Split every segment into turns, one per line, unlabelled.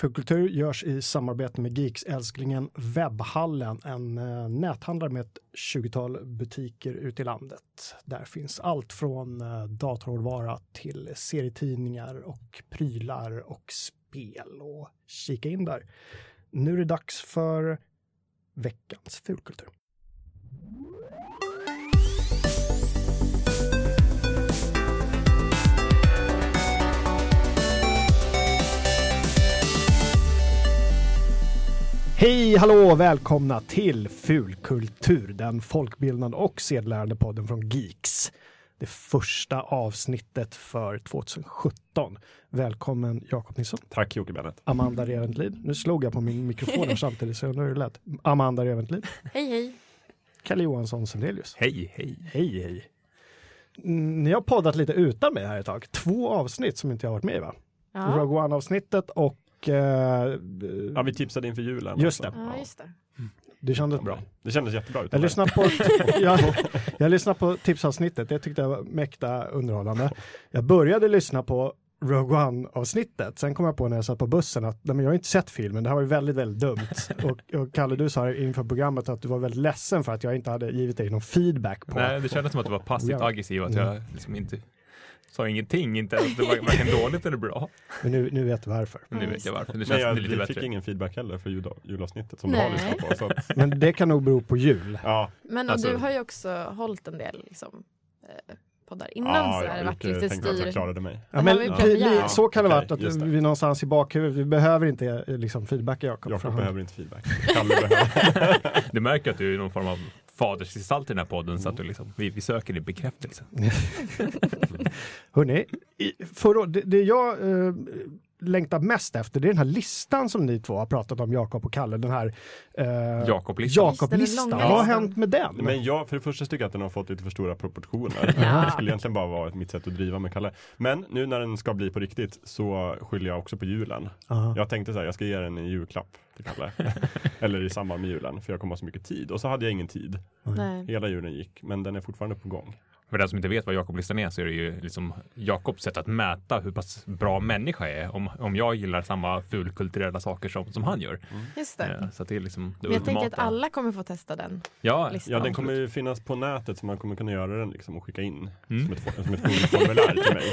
Fulkultur görs i samarbete med Geeks-älsklingen Webbhallen, en eh, näthandlare med ett 20-tal butiker ute i landet. Där finns allt från eh, datorhårdvara till serietidningar och prylar och spel. Och kika in där. Nu är det dags för veckans fulkultur. Hej, hallå och välkomna till Fulkultur, den folkbildande och sedelärande podden från Geeks. Det första avsnittet för 2017. Välkommen Jakob Nilsson,
Tack Jocke Bennet.
Amanda Reventlid. Nu slog jag på min mikrofon här samtidigt, så nu är det lätt. Amanda Reventlid,
Hej hej.
Kalle Johansson Sundelius.
Hej, hej.
Hej, hej. Mm, Ni har poddat lite utan mig här ett tag. Två avsnitt som inte jag har varit med i, va?
Ja.
Rogue One-avsnittet och eh,
Ja, vi tipsade inför julen.
Just
också.
det.
ja, just det.
det kändes
Ja,
bra.
bra. Det kändes jättebra. Ut
Jag lyssnade, på, jag, jag lyssnade på tipsavsnittet, det tyckte jag var mäkta underhållande. Jag började lyssna på Rogue One-avsnittet, sen kom jag på när jag satt på bussen att nej, men jag har inte sett filmen, det här var ju väldigt, väldigt dumt. Och, och Kalle, du sa inför programmet att du var väldigt ledsen för att jag inte hade givit dig någon feedback på
Nej, det kändes som att du var passivt
Ja.
aggressiv, att
Mm.
jag liksom inte sa ingenting, inte att det var varken dåligt eller bra.
Men nu, nu vet du varför.
Men nu
Ja,
vet
just
jag varför, det
Men
känns
jag,
lite
vi fick
bättre.
ingen feedback heller för jul, julavsnittet som du har
Nej.
lyssnat på. Så att,
Men det kan nog bero på jul.
ja,
Men och
Alltså-
du har ju också hållit en del liksom, eh, poddar innan
ja,
så här,
jag
varit
gick, eh,
lite
tänkte att jag
styr.
klarade mig.
Ja,
Det
men,
här var ju
pi-
premiär.
li- så kan det ha varit
Okej,
att
just det.
vi någonstans i bakhuvudet, vi behöver inte eh, liksom feedbacka Jakob. för
Jakob
han-
behöver inte feedback. Kalle behöver.
Du märker att du är någon form av fadersgestalt i den här podden, så att du
Mm.
liksom, vi, vi söker din bekräftelse.
Hörrni, i- förra, året- det, det jag eh, längtar mest efter det är den här listan som ni två har pratat om, Jakob och Kalle. Den här eh,
Jakob-listan.
Jakob-listan.
Den
Vad
långa
har
listan.
hänt med den?
Men jag, för det första tycker jag att den har fått lite för stora proportioner.
Ja.
Det skulle egentligen bara vara ett mitt sätt att driva med Kalle. Men nu när den ska bli på riktigt så skyller jag också på julen.
Aha.
Jag tänkte så här, jag ska ge den en julklapp till Kalle. Eller i samband med julen, för jag kommer ha så mycket tid. Och så hade jag ingen tid.
Nej.
Hela julen gick, men den är fortfarande på gång.
För den som inte vet vad Jakob-listan är så är det ju liksom Jakobs sätt att mäta hur pass bra människa jag är, om, om jag gillar samma fulkulturella saker som, som han gör.
Just det.
Eh, Så att det är liksom det
Men jag tänker att
ultimata.
alla liksom- kommer få testa den.
ja,
listan.
Ja, den kommer ju finnas på nätet så man kommer kunna göra den liksom och skicka in som ett, for- som ett formulär till mig.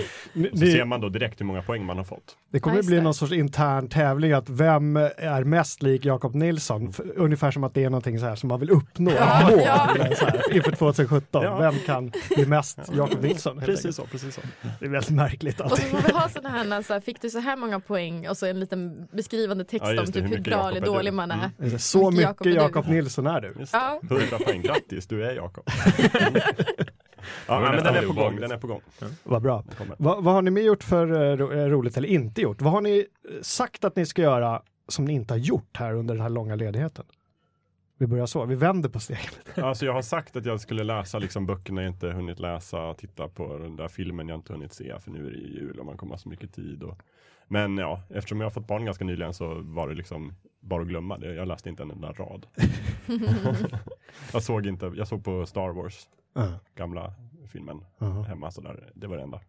Och så
Ni-
ser man då direkt hur många poäng man har fått.
Det kommer att
Ja, just
bli
det.
någon sorts intern tävling att vem är mest lik Jakob Nilsson? F- Ungefär som att det är någonting så här som man vill uppnå ett mål eller så här, inför 2017.
Ja.
Vem kan bli mest Jakob Nilsson? helt
Precis
enkelt.
så, precis så.
Det är väldigt märkligt.
Och
Allting.
så får vi ha sådana här, så här, fick du så här många poäng och så en liten beskrivande text
Ja, just
om
det,
typ
hur
hur
mycket
bra
Jakob
eller
är du?
dålig man
Mm.
är.
Så
Mycket Jakob är
mycket
du.
Jakob Nilsson är du.
Just det.
Ja.
100 poäng, grattis, du är Jakob.
var
Ja, nej, men
nästan
den är på gång,
obehagligt.
den är på gång.
Vad bra.
Den kommer.
Vad, vad har ni med gjort för eh, ro, eh, roligt eller inte gjort? Vad har ni eh, sagt att ni ska göra som ni inte har gjort här under den här långa ledigheten? Vi börjar så, vi vänder på stegen.
Alltså jag har sagt att jag skulle läsa liksom böckerna jag inte hunnit läsa, titta på den där filmen jag inte hunnit se, för nu är det ju jul och man kommer ha så mycket tid. Och... Men ja, eftersom jag har fått barn ganska nyligen så var det liksom bara att glömma det. Jag läste inte en enda rad. jag såg inte, jag såg på Star Wars,
Ja,
gamla filmen,
ja.
hemma sådär. Det var det enda.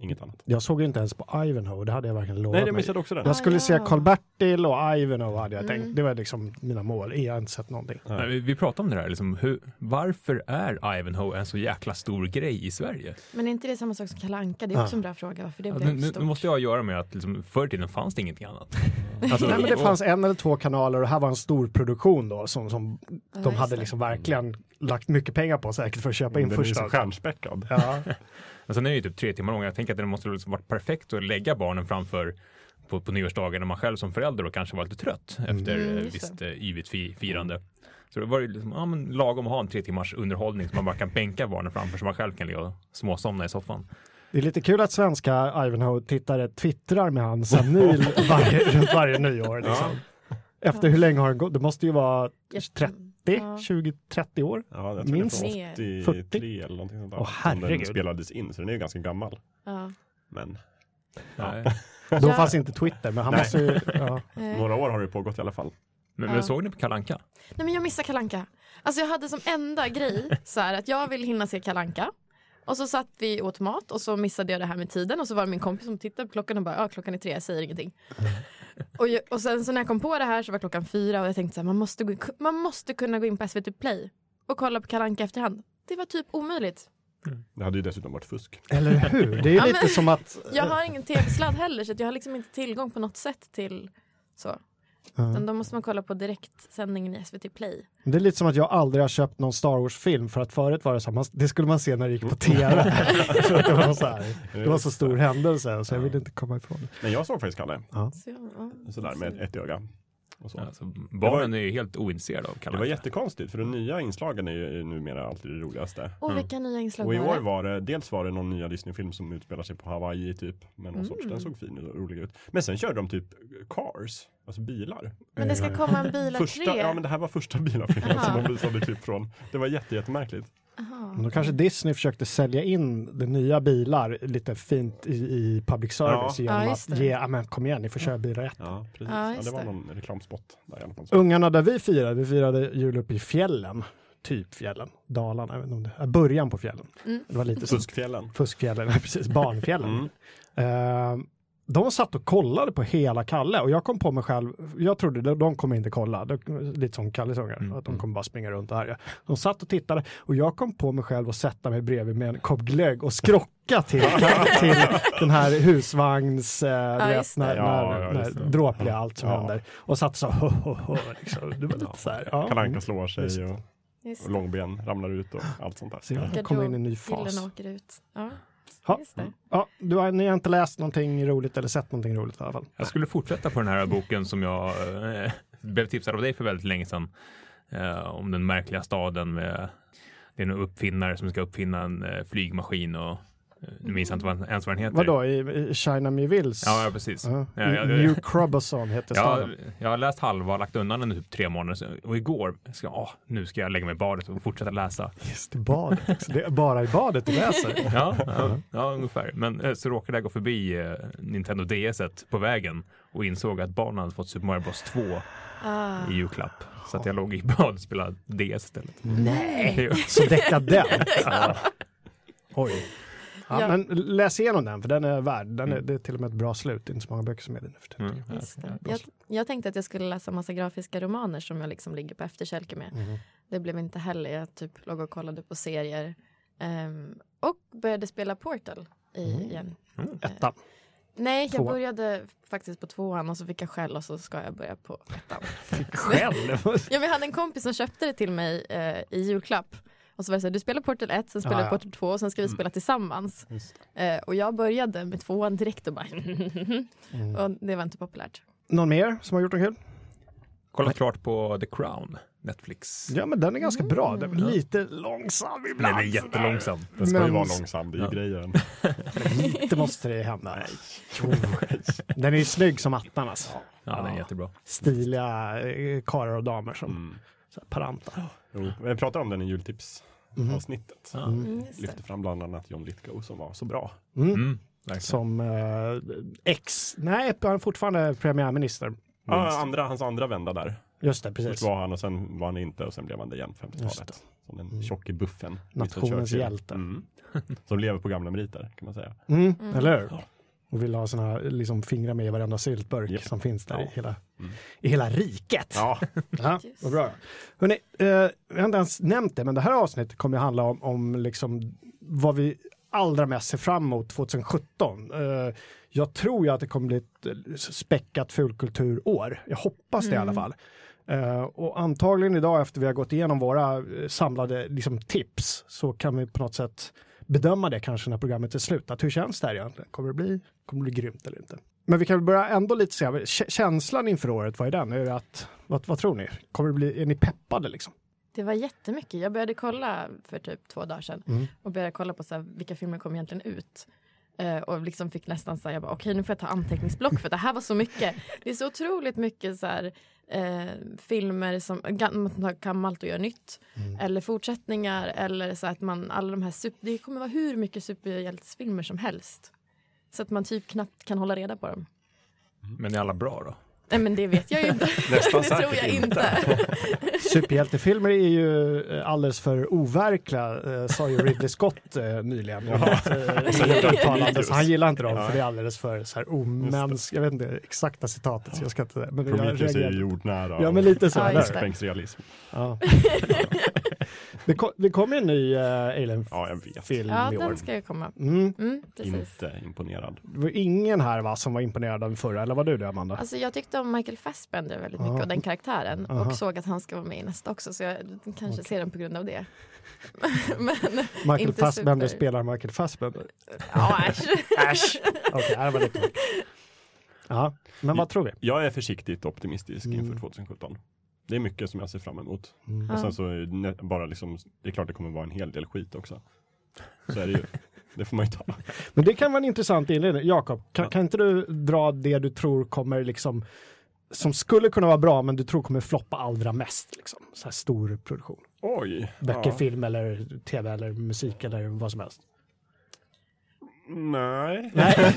Inget annat.
Jag såg ju inte ens på Ivanhoe, det hade jag verkligen lovat
Nej, jag
mig.
missade också den.
Jag skulle
Ah,
se
ja.
Karl-Bertil och Ivanhoe hade jag
Mm.
tänkt. Det var liksom mina mål. Jag har inte sett någonting.
Nej, vi, vi pratade om det där, liksom, hur, varför är Ivanhoe en så jäkla stor grej i Sverige?
Men är inte det samma sak som Kalle Anka? Det är
Ja.
också en bra fråga varför det
Ja,
blev
Alltså, nu, nu
stort.
måste jag göra med att liksom, förr i tiden fanns det ingenting annat. Alltså,
Nej, men det
och-
fanns en eller två kanaler och det här var en stor produktion då som, som
Ja,
de
just
hade
det.
liksom verkligen lagt mycket pengar på säkert för att köpa in
Den är ju så
första.
stjärnspäckad.
Ja.
Men sen är det ju typ tre timmar lång. Jag tänker att det måste liksom varit perfekt att lägga barnen framför på, på nyårsdagen när man själv som förälder och kanske var lite trött efter
Mm,
mm,
just
visst eh, yvigt fi, firande. Så det var ju liksom, ja, men lagom att ha en tre timmars underhållning som man bara kan bänka barnen framför så man själv kan ligga och småsomna i soffan.
Det är lite kul att svenska Ivanhoe-tittare twittrar med han Sam Neill varje, runt varje nyår. Liksom. Efter hur länge har den gått? Det måste ju vara
Jätte-
30,
Ja.
20, 30 år.
Ja, jag tror
Minst
det är
mer.
från
40?
83 eller någonting sånt där.
Åh,
som den
herregud.
spelades in, så den är ju ganska gammal.
Ja.
Men
Nej.
Då
Ja.
fanns inte Twitter, men han
Nej.
måste ju... Ja.
Alltså,
Eh.
några år har det pågått i alla fall.
Men,
Ja.
men såg ni på Kalanka?
Nej men jag missar Kalanka. Alltså jag hade som enda grej så här att jag vill hinna se Kalanka. Och så satt vi åt mat och så missade jag det här med tiden och så var det min kompis som tittade på klockan och bara ja klockan är tre, jag säger ingenting. och, jag, och sen så när jag kom på det här så var klockan fyra och jag tänkte så här, man måste, gå, man måste kunna gå in på SVT Play och kolla på Kalle Anka efterhand. Det var typ omöjligt.
Det hade ju dessutom varit fusk.
Eller hur? Det är ju
Ja,
lite
men-
som att...
Jag har ingen tv-sladd heller så att jag har liksom inte tillgång på något sätt till
Mm.
så.
Ja.
Utan då måste man kolla på direktsändningen i SVT Play.
Det är lite som att jag aldrig har köpt någon Star Wars-film för att förut var det så här, man, det skulle man se när det gick på tv. För att det, var så här, det var så stor händelse så jag ville inte komma ifrån det.
Men jag såg faktiskt Kalle,
Så, jag- ja.
sådär med ett öga. Och så.
Alltså, barnen är ju helt ointresserade av Kalle
Det var
Anka.
jättekonstigt, för de nya inslagen är ju numera alltid det roligaste.
Och vilka nya inslag
Mm. Och i
var
år
det?
var det, dels var det någon nya Disney-film som utspelar sig på Hawaii typ, men någon sorts,
Mm.
den såg fin och rolig ut. Men sen körde de typ Cars, alltså bilar.
Men det ska komma en bil och
Första,
tre.
ja men det här var första bilarfilmen som
Jaha.
de visade klipp från. Det var jätte, jättemärkligt.
Men då kanske Disney försökte sälja in de nya bilar lite fint i, i public service
Ja.
genom
Ja, just
att
det.
ge, ja men kom igen, ni får köra bilar rätt.
Ja, precis.
Ja,
Ja,
just
det var
det.
någon reklamspot där i alla fall.
Ungarna där vi firade, vi firade jul uppe i fjällen, typ fjällen, Dalarna, jag vet inte om det, äh, början på fjällen.
Mm.
Det var lite så.
Fuskfjällen. Mm.
Fuskfjällen, precis, Barnfjällen. Eh, de satt och kollade på hela Kalle och jag kom på mig själv, jag trodde de, de kommer inte kolla, de, lite som Kalles
Mm,
ungar, att de kommer bara springa runt och härja. De satt och tittade och jag kom på mig själv att sätta mig bredvid med en kopp glögg och skrocka till, till den här husvagns, eh, du vet,
just det.
när,
Ja,
när,
ja, just
när
det.
dråpliga allt som
Ja.
händer. Och satt så, ho, ho, ho, liksom. det var lite så här.
Kalle
Ja.
Anka slår sig och,
Just
och långben ramlar ut och allt sånt där. Mm.
Så jag
Rickard
kommer in i
dog,
en ny
Killen
fas.
åker ut. Ja,
Ha, Mm.
just det.
ja, du har, ni har inte läst någonting roligt eller sett någonting roligt i alla fall?
Jag skulle fortsätta på den här boken som jag eh, blev tipsad av dig för väldigt länge sedan. Eh, om den märkliga staden med det är en uppfinnare som ska uppfinna en eh, flygmaskin och eh, nu minns jag inte vad, ens vad den heter.
Vadå, i, i China Mills?
Ja, ja, precis.
Ja,
Ja,
i-
ja,
New Crobazon heter
Jag,
staden.
jag har läst halva, lagt undan den i typ tre månader sedan. och igår ska jag, åh, nu ska jag lägga mig i badet och fortsätta läsa.
Just i badet. också. Det är bara i badet du läser.
Ja, ja, ja ungefär. Men eh, så råkade jag gå förbi eh, Nintendo DS et på vägen och insåg att barnen hade fått Super Mario Bros 2
Ah.
i julklapp. Så att jag låg i bad och spelade DS istället.
Nej.
Jo.
Så dekadent. ja. Oj. Ja,
Ja.
Men läs igenom den, för den är värd. Den är, det är till och med ett bra slut. Det är inte så många böcker som är det nu för tiden.
Mm.
Just det. Jag, jag tänkte att jag skulle läsa massa grafiska romaner som jag liksom ligger på efterkälke med.
Mm-hmm.
Det blev inte heller. Jag typ låg och kollade på serier. ehm, och började spela Portal i,
Mm.
igen.
Ettan.
Nej, jag
Tvåan.
började faktiskt på tvåan och så fick jag skäll och så ska jag börja på ettan.
Själv?
Ja, men jag hade en kompis som köpte det till mig eh, i julklapp. Och så var det så här, du spelar Portal 1, sen spelar
Ah,
du
ja.
Portal 2 och sen ska vi spela tillsammans. Eh, och jag började med tvåan direkt och bara Och det var inte populärt.
Mm. Någon mer som har gjort något kul?
Kolla klart på The Crown, Netflix.
Ja, men den är ganska bra.
Mm.
Den är lite långsam ibland.
Den är jättelångsam.
Den ska
Men-
ju vara långsam, det är ju grejen.
Det måste det hända. Jo. Den är ju snygg som attan alltså.
Ja, den är jättebra.
Stiliga eh, karlar och damer som
Mm.
så här, parantar.
Mm. Jo, men jag pratade om den i jultipsavsnittet.
Mm, just det.
Lyfte fram bland annat John Lithgow som var så bra.
Mm, verkligen.
som eh, ex, nej han är fortfarande premiärminister.
Ja, andra, hans andra vända där.
Just det,
Först
precis.
var han och sen var han inte och sen blev han det igen på 50-talet. Som den tjocke buffen. Winston
Nationens
Churchill.
hjälte.
Mm. Som lever på gamla meriter kan man säga.
Mm, Eller hur? Och vill ha såna här liksom, fingrar med i varenda syltburk
Japp.
som finns där i,
Ja.
hela, i hela riket.
Ja,
Mm. Ja, vad bra. Hörrni, eh, jag har inte ens nämnt det, men det här avsnittet kommer ju handla om, om liksom vad vi allra mest ser fram emot 2017. Eh, jag tror ju att det kommer bli ett eh, späckat fulkulturår. Jag hoppas det i alla fall. Eh, och antagligen idag efter vi har gått igenom våra eh, samlade liksom, tips så kan vi på något sätt bedöma det kanske när programmet är slut. Att hur känns det här egentligen? Kommer det bli, kommer det bli grymt eller inte? Men vi kan väl börja ändå lite se, k- känslan inför året, vad är den? Är det att, vad, vad tror ni? Kommer det bli, är ni peppade liksom?
Det var jättemycket. Jag började kolla för typ två dagar sedan och började kolla på så här, vilka filmer kom egentligen ut. Eh, och liksom fick nästan så här, jag bara okej nu får jag ta anteckningsblock för det här var så mycket. Det är så otroligt mycket så här, eh, filmer som gam- gammalt och gör nytt. Eller fortsättningar eller så att man, alla de här, super, det kommer vara hur mycket superhjältesfilmer som helst. Så att man typ knappt kan hålla reda på dem.
Men är alla bra då?
Nej men det vet jag ju inte.
Nästan
det tror
säkert
jag
inte.
inte.
Superhjältefilmer är ju eh, alldeles för overkliga, eh, sa ju Ridley Scott eh, nyligen. Eh, i ett uttalande, så han gillar inte dem, för det är alldeles för så här omänskligt. Jag vet inte det exakta citatet, så jag ska inte... Men jag
Prometheus är
reagerar.
ju jordnära.
Ja, men lite så.
Ja,
eller
just
hur?
det.
Spängsrealism.
Ja. Det kom- Det kommer en ny eh,
Ja, jag vet.
Alien-film
Ja,
i år.
den ska ju komma.
Mm.
Mm, precis.
Inte imponerad.
Det var ingen här va, som var imponerad av den förra, eller var du det Amanda?
Alltså jag tyckte om Michael Fassbender väldigt mycket
Ja.
och den karaktären
Aha.
och såg att han ska vara med i nästa också så jag kanske ser den på grund av det. men
Michael
inte
Fassbender
super.
spelar Michael Fassbender.
ja, äsch.
Äsch! Okej, det var lite mörkt. Ja, men vad tror vi?
Jag är försiktigt optimistisk
Mm.
inför 2017. Det är mycket som jag ser fram emot.
Mm.
Och sen så är det nä- bara liksom, det är klart det kommer vara en hel del skit också. Så är det ju. Det får man ju ta.
Men det kan vara en intressant inledning. Jakob, kan, kan inte du dra det du tror kommer liksom som skulle kunna vara bra men du tror kommer floppa allra mest? Liksom. Så här stor produktion.
Oj.
Böcker,
Ja.
film eller tv eller musik eller vad som helst.
Nej.
Nej,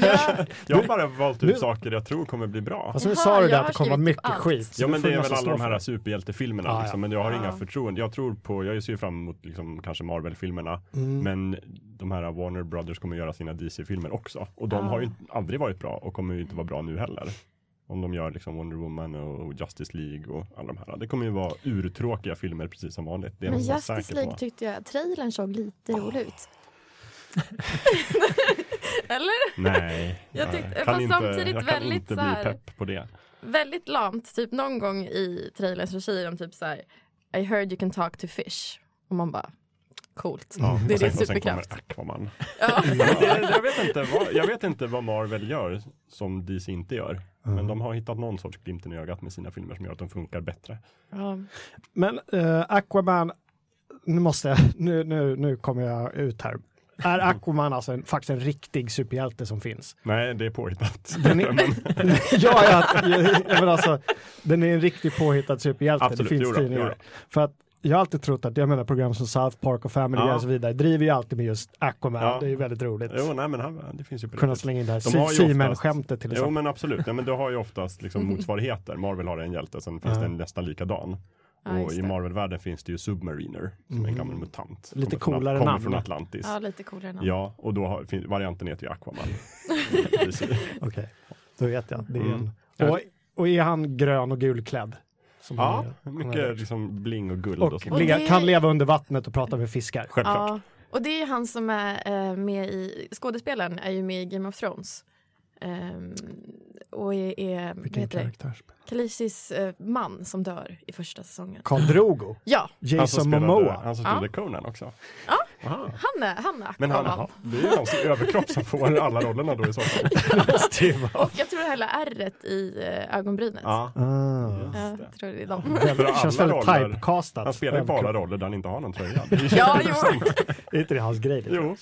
Jag har bara valt
nu-
ut saker jag tror kommer bli bra.
alltså nu
Jaha,
sa du
jag
det att
har
det kommer vara
skrivit
mycket
upp allt.
skit. så
Ja
du
men
får
det är
nästan
väl alla
slå
de
för
här
det.
superhjältefilmerna
Ah, ja.
liksom, men jag har
Ja.
inga förtroende. Jag tror på, jag ser ju fram emot liksom, kanske Marvel-filmerna,
Mm.
Mm.
men de här Warner Brothers kommer göra sina DC-filmer också. Och de
Ja.
har ju aldrig varit bra och kommer ju inte vara bra nu heller. Om de gör liksom Wonder Woman och Justice League och alla de här. Det kommer ju vara urtråkiga filmer precis som vanligt. Det är
Men
nästan
Justice
säkert
League
va?
tyckte jag, trailern såg lite rolig ut. Eller?
Nej.
Jag
nej.
tyckte- fast samtidigt
jag kan
väldigt
inte
så
bli
här-
pepp på det.
Väldigt lamt, typ någon gång i trailern så säger de typ så här I heard you can talk to fish. Och man bara coolt.
Ja,
Det är
och sen,
din
och sen kommer
superkraft.
Aquaman.
Ja.
jag, jag, vet inte vad, jag vet inte vad Marvel gör som DC inte gör.
Mm.
Men de har hittat någon sorts glimten i ögat med sina filmer som gör att de funkar bättre.
Ja.
Men eh, Aquaman, nu måste jag, nu, nu, nu kommer jag ut här. Är Aquaman alltså en, faktiskt en riktig superhjälte som finns?
Nej, det är påhittat.
Den är, ja, ja, ja, men alltså, den är en riktigt påhittad superhjälte.
Absolut,
det finns
jo då,
tidningar.
jo då.
För att jag har alltid trott att, jag menar program som South Park och Family Guy
Ja.
och så vidare, driver ju alltid med just Aquaman.
Ja.
Det är ju väldigt roligt.
Jo, nej, men han, det finns ju på
Kunna
riktigt.
slänga in det här
De har ju oftast-
Seaman-skämtet till
Jo,
exempel.
men absolut. Nej, men du har ju oftast liksom motsvarigheter. Marvel har en hjälte, sen finns
Mm. Ja.
det en nästan likadan.
Ja,
och
just
i
det.
Marvel-världen finns det ju Submariner, som är en gammal mutant.
Mhm. Lite
Kommer från-
coolare
kommer
namn.
från Atlantis.
ja, lite coolare namn.
Ja, och då har, fin, varianten heter ju Aquaman.
Okej, då vet jag. att Det är
Mm.
en. Och, och är han grön och gulklädd? Som
ja,
han är- han är där.
mycket liksom bling och guld och,
Och
sånt.
ligga,
det-
kan leva under vattnet och prata med fiskar.
Självklart.
Ja, och det är han som är eh, med i, skådespelaren är ju med i Game of Thrones. Ehm, och är, är vad heter det? Khaleesi's eh, man som dör i första säsongen.
Khal Drogo,
Ja,
Han som
Jason
spelade-
Momoa.
Han som spelade Conan också. Aha.
han är, han är Aquaman.
Men han, det är ju hans överkropp som får alla rollerna då i så fall.
Och jag tror det hela ärret i eh, ögonbrynet.
Ja.
Ah.
jag
det.
tror det är dem.
För alla
Känns väldigt
roller-
typecastat.
Han spelar ju bara roller där han inte har någon tröja. Det är ju-
Ja, jo.
Är inte det hans grej? lite?
jo.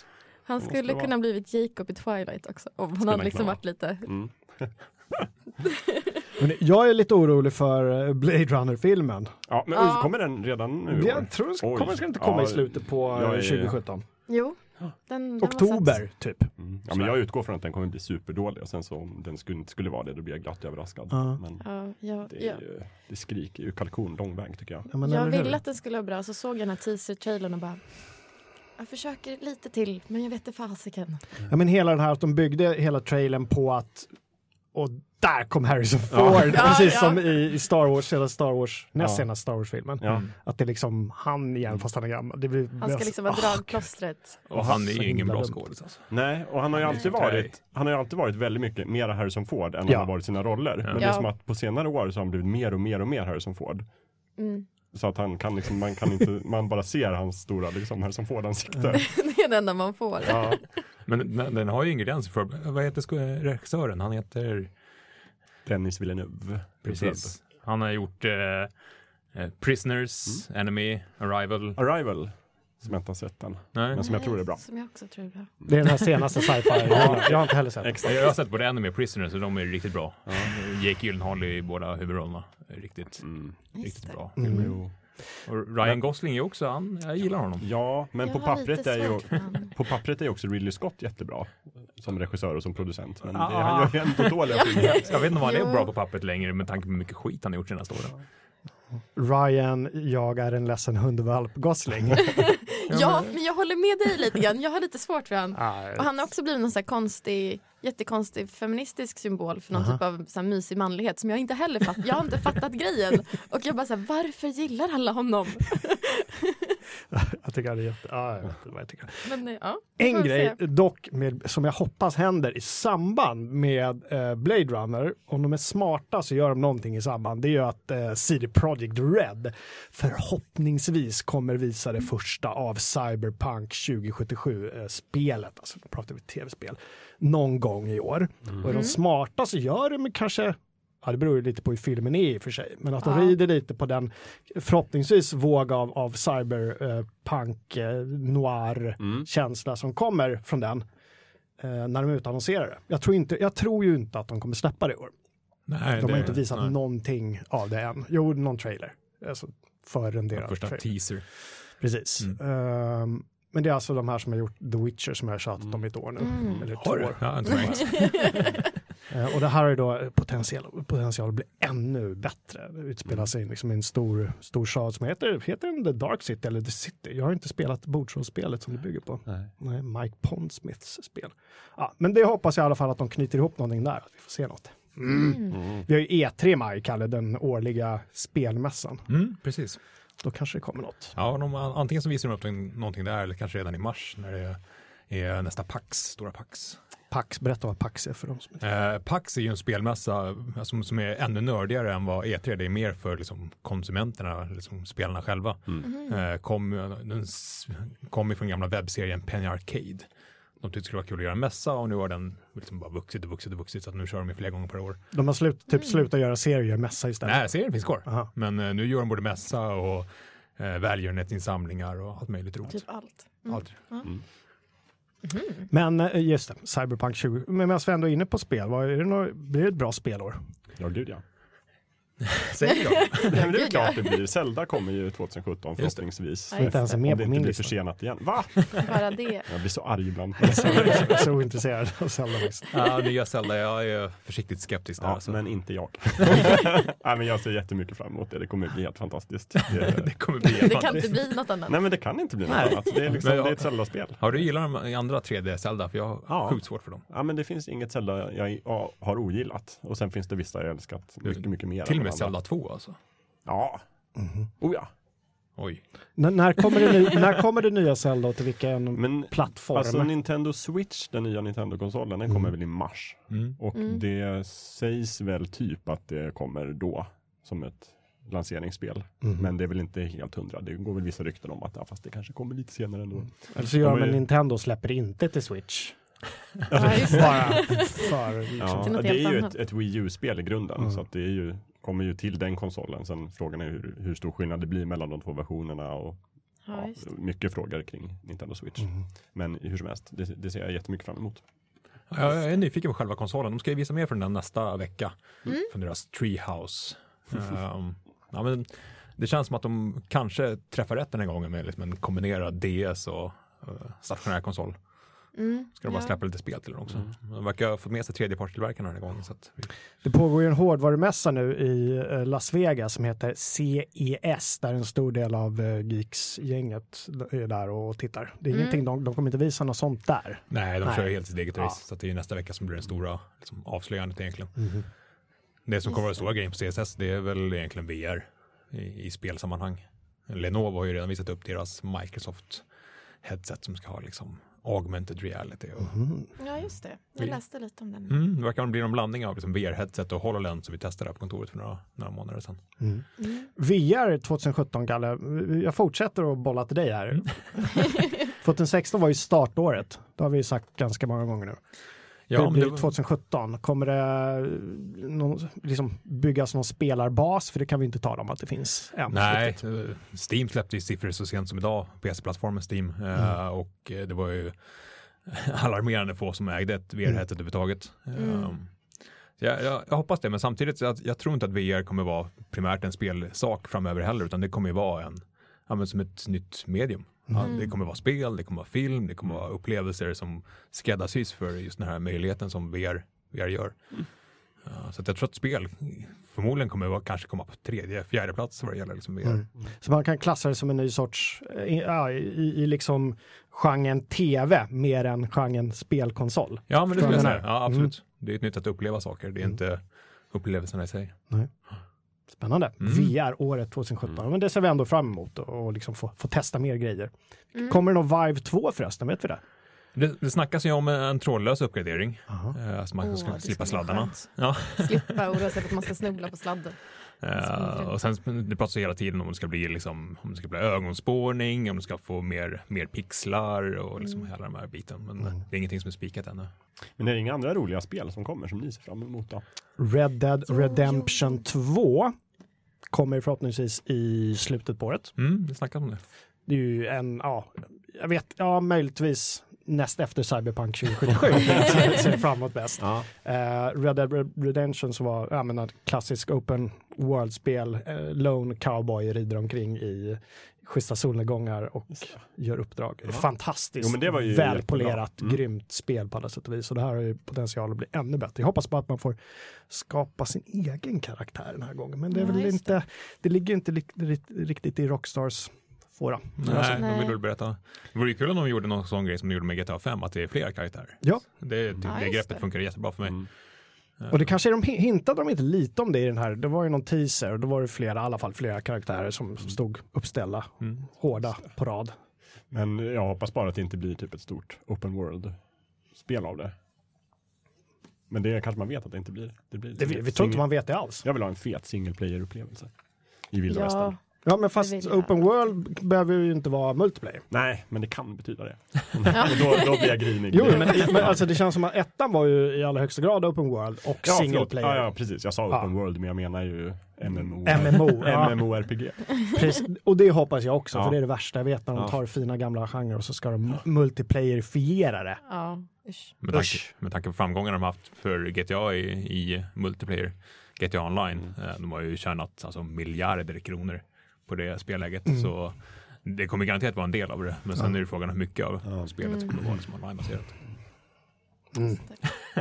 Han
måste
skulle
vara.
kunna blivit Jacob i Twilight också. Om han
Skulle
hade
han
liksom
kunna
varit lite...
Mm.
Men jag är lite orolig för eh, Blade Runner-filmen.
Ja, men
Ja.
kommer den redan nu? i år?
Jag tror den ska,
Oj.
kommer, ska inte komma
Ja,
i slutet på eh,
jag är-
2017.
Jo. Den, den var satt.
Oktober, typ.
Mm. Ja, men jag utgår från att den kommer bli superdålig och sen så om den skulle, inte skulle vara det, då blir jag glatt överraskad.
Ja.
Men
Ja, ja,
det,
ja.
är, ju- det skriker ju kalkon lång väg tycker jag.
Ja, men
jag
eller hur?
ville att den skulle vara bra, så såg jag den här teaser-trailern och bara... Jag försöker lite till, men jag vet inte fasiken.
Ja, men hela den här att de byggde hela trailern på att och där kom Harrison Ford,
Ja.
Ja,
precis
ja.
som i i Star Wars, hela Star Wars, näst
Ja.
senaste Star Wars-filmen.
Ja.
Att det är liksom han igen, fast han är gammal. Det blir,
Han ska liksom vara dragplåstret.
Och han är
Så
ju ingen
himla
bra
dumt.
skådis alltså.
Nej, och han har ju alltid
Nej.
varit, han har ju alltid varit väldigt mycket mer Harrison Ford än
Ja.
han har varit sina roller. Men det
Ja.
är som att på senare år så har han blivit mer och mer och mer Harrison Ford.
Mm.
Så att han kan liksom, man kan inte, man bara ser hans stora liksom Harrison Ford-ansikte.
Det är det enda man får.
Ja.
Men den, den har ju ingredienser för, vad heter sko- regissören? Han heter...
Dennis Villeneuve.
Precis. Han har gjort eh, eh, Prisoners, Enemy, Arrival.
Arrival, som jag inte har sett än.
Nej.
Men som jag tror är bra.
Som jag också tror är bra.
Det är den här senaste sci-fi. jag har inte heller sett.
Exakt.
Jag har sett både Enemy och Prisoners och de är riktigt bra. Jake Gyllenhaal i båda huvudrollerna. Riktigt,
Mm.
riktigt
det.
bra.
Mm.
Jo.
Och Ryan Gosling är också, han, jag gillar honom.
Ja, men
Jag
på
har lite
pappret, är ju,
svårt för han.
på pappret är ju också Ridley Scott jättebra som regissör och som producent. Men det,
Ah.
han gör ju ändå dåliga filmer.
Jag vet inte om han
Jo.
är bra på pappret längre med tanke på hur mycket skit han har gjort senaste åren.
Ryan, jag är en ledsen hundvalp Gosling.
Ja, men jag håller med dig lite grann. Jag har lite svårt för han.
Nej.
Och han har också blivit någon så här konstig, jättekonstig feministisk symbol för någon typ av så här mysig manlighet som jag inte heller fattat. Jag har inte fattat grejen. Och jag bara så här, varför gillar alla honom?
jag tycker han är jätte... Ja, jag vet inte vad jag tycker.
Men eh, ja, vi får
En
väl
grej
se.
dock med, som jag hoppas händer i samband med eh, Blade Runner, om de är smarta så gör de någonting i samband, det är ju att eh, CD Projekt Red förhoppningsvis kommer visa det första av Cyberpunk 2077-spelet, alltså då pratar vi tv-spel, någon gång i år. Och är
Mm.
de smarta så gör de kanske Ja, det beror ju lite på hur filmen är i och för sig, men att de
Ja.
rider lite på den förhoppningsvis våg av, av cyberpunk eh, noir
Mm.
Mm.
känsla som kommer från den eh, när de utannonserar det. Jag tror, inte, jag tror ju inte att de kommer släppa det i år.
Nej,
De har
det-
inte visat
nej.
någonting av det än. Jo, någon trailer. Alltså, förrän deras
Första Mm.
trailer.
teaser.
Precis. Ehm, men det är alltså de här som har gjort The Witcher som jag har tjatat om i ett år nu. Eller två
Mm. Har du?
år.
Ja, inte märkt.
Eh, Och det här är då potential, potential att bli ännu bättre. Det
Mm.
utspelar sig liksom i en stor, stor stad som heter, heter den The Dark City eller The City. Jag har inte spelat bordsrollspelet som det bygger på. Nej. Mike Pondsmiths spel. Ja, men det hoppas jag i alla fall att de knyter ihop någonting där, att vi får se något.
Mm.
Vi har ju E3 i maj, Kalle, den årliga spelmässan.
Mm, precis.
Då kanske det kommer något.
Ja, de, antingen så visar de upp en- någonting där eller kanske redan i mars när det är nästa Pax, stora Pax.
Pax, berätta vad Pax är för dem som inte...
Eh, Pax är ju en spelmässa eh, som, som är ännu nördigare än vad E3 är. Det är mer för liksom, konsumenterna, liksom, spelarna själva.
Mm.
Eh, kom, den s- kom ifrån gamla webbserien Penny Arcade. De tyckte det skulle vara kul att göra en mässa och nu har den liksom bara vuxit och vuxit och vuxit så att nu kör de ju flera gånger per år.
De har slut, typ slutat göra serier, mässa istället.
Nej, serien finns kvar.
Aha.
Men eh, nu gör de både mässa och eh, välgörenhetsinsamlingar och allt möjligt roligt.
Typ allt.
Allt.
Men eh, just det, Cyberpunk 20. Men medan vi ändå är inne på spel, vad, är det något, blir det ett bra spelår?
Ja, gud ja.
Säger de?
Nej, men det är väl klart det blir. Zelda kommer ju 2017 förhoppningsvis.
Som inte ens är
Om
med
det
på
inte
min
blir
lista.
försenat igen. Va?
Bara det.
Jag blir så arg ibland.
Jag är så ointresserad av Zelda faktiskt.
Ja, nya Zelda, jag är försiktigt skeptisk där.
Ja,
alltså.
men inte jag. Nej, men jag ser jättemycket fram emot det. Det kommer bli helt fantastiskt.
Det
Det...
kommer bli
Det kan
fantastiskt.
inte bli något annat.
Nej, men det kan inte bli något annat. Det är, liksom,
Men jag-
det är ett Zelda-spel.
Har du gillat de andra 3D-Zelda? För jag har
Ja.
sjukt svårt för dem.
Ja, men det finns inget Zelda jag ja, har ogillat. Och sen finns det vissa jag älskat mycket, mycket mer.
Till
än
och
de andra.
med Zelda 2 alltså.
Ja. Oh ja.
Oj.
N- när, kommer det ny, när kommer det nya Zelda och till vilken
Men
plattform?
Alltså Nintendo Switch, den nya Nintendo-konsolen, den kommer väl i mars. Och
Mm.
det sägs väl typ att det kommer då som ett lanseringsspel. Men det är väl inte helt hundra. Det går väl vissa rykten om att ja, fast det kanske kommer lite senare ändå.
Eller så gör
Ja, men-
man Nintendo och släpper det inte till Switch.
Ja, just det.
Bara för liksom.
Ja,
Till något
det är
helt
ju
annat.
ett, ett Wii U-spel i grunden. Så att det är ju, kommer ju till den konsolen. Sen frågan är hur, hur stor skillnad det blir mellan de två versionerna. Och,
Ja,
ja,
just det.
mycket frågor kring Nintendo Switch. Men hur som helst, det, det ser jag jättemycket fram emot.
Jag är nyfiken på själva konsolen. De ska ju visa mer från den nästa vecka. Från deras Treehouse. Ehm, ja, men det känns som att de kanske träffar rätt den här gången med liksom en kombinerad DS och eh, stationär konsol. Ska de bara
ja.
släppa lite spel till den också. De verkar ha fått med sig tredjepartstillverkarna den här gången. Så att vi...
Det pågår ju en hårdvarumässa nu i eh, Las Vegas som heter CES där en stor del av eh, Geeks-gänget är där och tittar. Det är ingenting, de, de kommer inte visa något sånt där.
Nej, de
Nej.
kör ju helt sitt eget
Ja.
race. Så att det är ju nästa vecka som blir den stora liksom, avslöjandet egentligen.
Mhm.
Det som kommer vara den stora grejen på CSS, det är väl egentligen VR i, i spelsammanhang. Lenovo har ju redan visat upp deras Microsoft headset som ska ha liksom augmented reality. Och,
Mhm.
mm.
Ja, just det. Jag läste lite om den.
det verkar bli en blandning av liksom VR-headset och HoloLens som vi testade här på kontoret för några, några månader sedan.
VR 2017, Kalle, jag fortsätter att bolla till dig här. 2016 var ju startåret, det har vi ju sagt ganska många gånger nu.
Ja,
det
men
blir
det var-
2017, kommer det eh, någon, liksom, byggas någon spelarbas? För det kan vi inte tala om att det finns än.
Nej, eh, Steam släppte ju siffror så sent som idag, PC-plattformen Steam. eh, Och eh, det var ju alarmerande få som ägde ett VR-headset överhuvudtaget. Eh, Så jag, jag, jag hoppas det, men samtidigt så att, jag tror inte att VR kommer vara primärt en spelsak framöver heller, utan det kommer ju vara en, ja, men som ett nytt medium. Ja,
Mm.
det kommer vara spel, det kommer vara film, det kommer vara upplevelser som skräddarsys för just den här möjligheten som VR, VR gör.
Mm.
Ja, så att jag tror att spel förmodligen kommer vara, kanske komma på tredje, fjärde plats vad det gäller liksom VR.
Mm. Så man kan klassa det som en ny sorts, eh, i, ja, i, i liksom genren tv mer än genren spelkonsol.
Ja, men det
Förstår
skulle jag
vad jag
säga. Ja, absolut.
Mm.
Det är ett nytt att uppleva saker. Det är inte upplevelserna i sig.
Spännande.
Mm.
VR året 2017, men det ser vi ändå fram emot och, och liksom få, få testa mer grejer. Kommer det någon Vive 2 förresten, vet vi det?
Det, det snackas ju om en, en trådlös uppgradering.
Aha.
Eh, så man
Åh,
ska
det
slippa
skulle vara
sladdarna.
skönt.
Ja.
Slippa oroa sig för att man ska snubbla på sladden.
Eh, och sen det pratas ju hela tiden om det ska bli liksom, om det ska bli ögonspårning, om det ska få mer, mer pixlar och liksom
Mm.
hela den här biten. Men det är ingenting som är spikat ännu.
Men är det inga andra roliga spel som kommer som ni ser fram emot då?
Red Dead Redemption 2 kommer förhoppningsvis i slutet på året.
Mm, det snackas om det.
Det är ju en, ja, jag vet, ja möjligtvis näst efter Cyberpunk 2077 ser- ser framåt bäst.
Ja.
Eh, Red Dead Red- Redemption som var, jag menar, klassisk open world-spel, eh, lone cowboy rider omkring i schyssta solnedgångar och gör uppdrag. Fantastiskt
Jo, men det var ju
välpolerat,
jättebra. Mm.
grymt spel på alla sätt och vis. Och det här har ju potential att bli ännu bättre. Jag hoppas bara att man får skapa sin egen karaktär den här gången. Men det, är
Ja,
väl
just
inte, det. ligger ju inte lik- rit- riktigt i Rockstars fåra. Alltså,
Nej, de
Nej.
vill väl berätta. Det vore ju kul om de gjorde någon sån grej som de gjorde med GTA 5, att det är flera karaktärer.
Ja,
Det, det,
Ja,
det
just
greppet
det.
funkar jättebra för mig.
Mm.
och det kanske är de, hintade de inte lite om det i den här. Det var ju någon teaser och då var det flera, i alla fall flera karaktärer som, som stod uppställda,
Mm.
hårda på rad.
Men jag hoppas bara att det inte blir typ ett stort open world-spel av det. Men det kanske man vet att det inte blir. Det blir
Det, vi, vi tror inte man vet det alls.
Jag vill ha en fet single player-upplevelse i vilda
Ja,
västern.
Ja, men fast
Det vill jag.
open world behöver ju inte vara multiplayer.
Nej, men det kan betyda det. Och då, då blir jag grinig.
Jo, men, men alltså det känns som att ettan var ju i allra högsta grad open world och
ja,
single
förlåt.
player.
Ja, ja, precis. Jag sa
Ja.
open world, men jag menar ju MMO.
MMO, ja.
MMORPG.
Precis. Och det hoppas jag också, för
Ja.
det är det värsta jag vet när de
Ja.
tar fina gamla genrer och så ska de multiplayerifiera det.
ja, usch.
Med tanke,
Usch.
med tanke på framgångarna de haft för GTA i, i multiplayer, GTA Online,
Mm.
eh, de har ju tjänat alltså, miljarder kronor på det spelläget.
Mm.
Så det kommer garanterat vara en del av det. Men sen är det frågan hur mycket av spelet som kommer vara liksom onlinebaserat.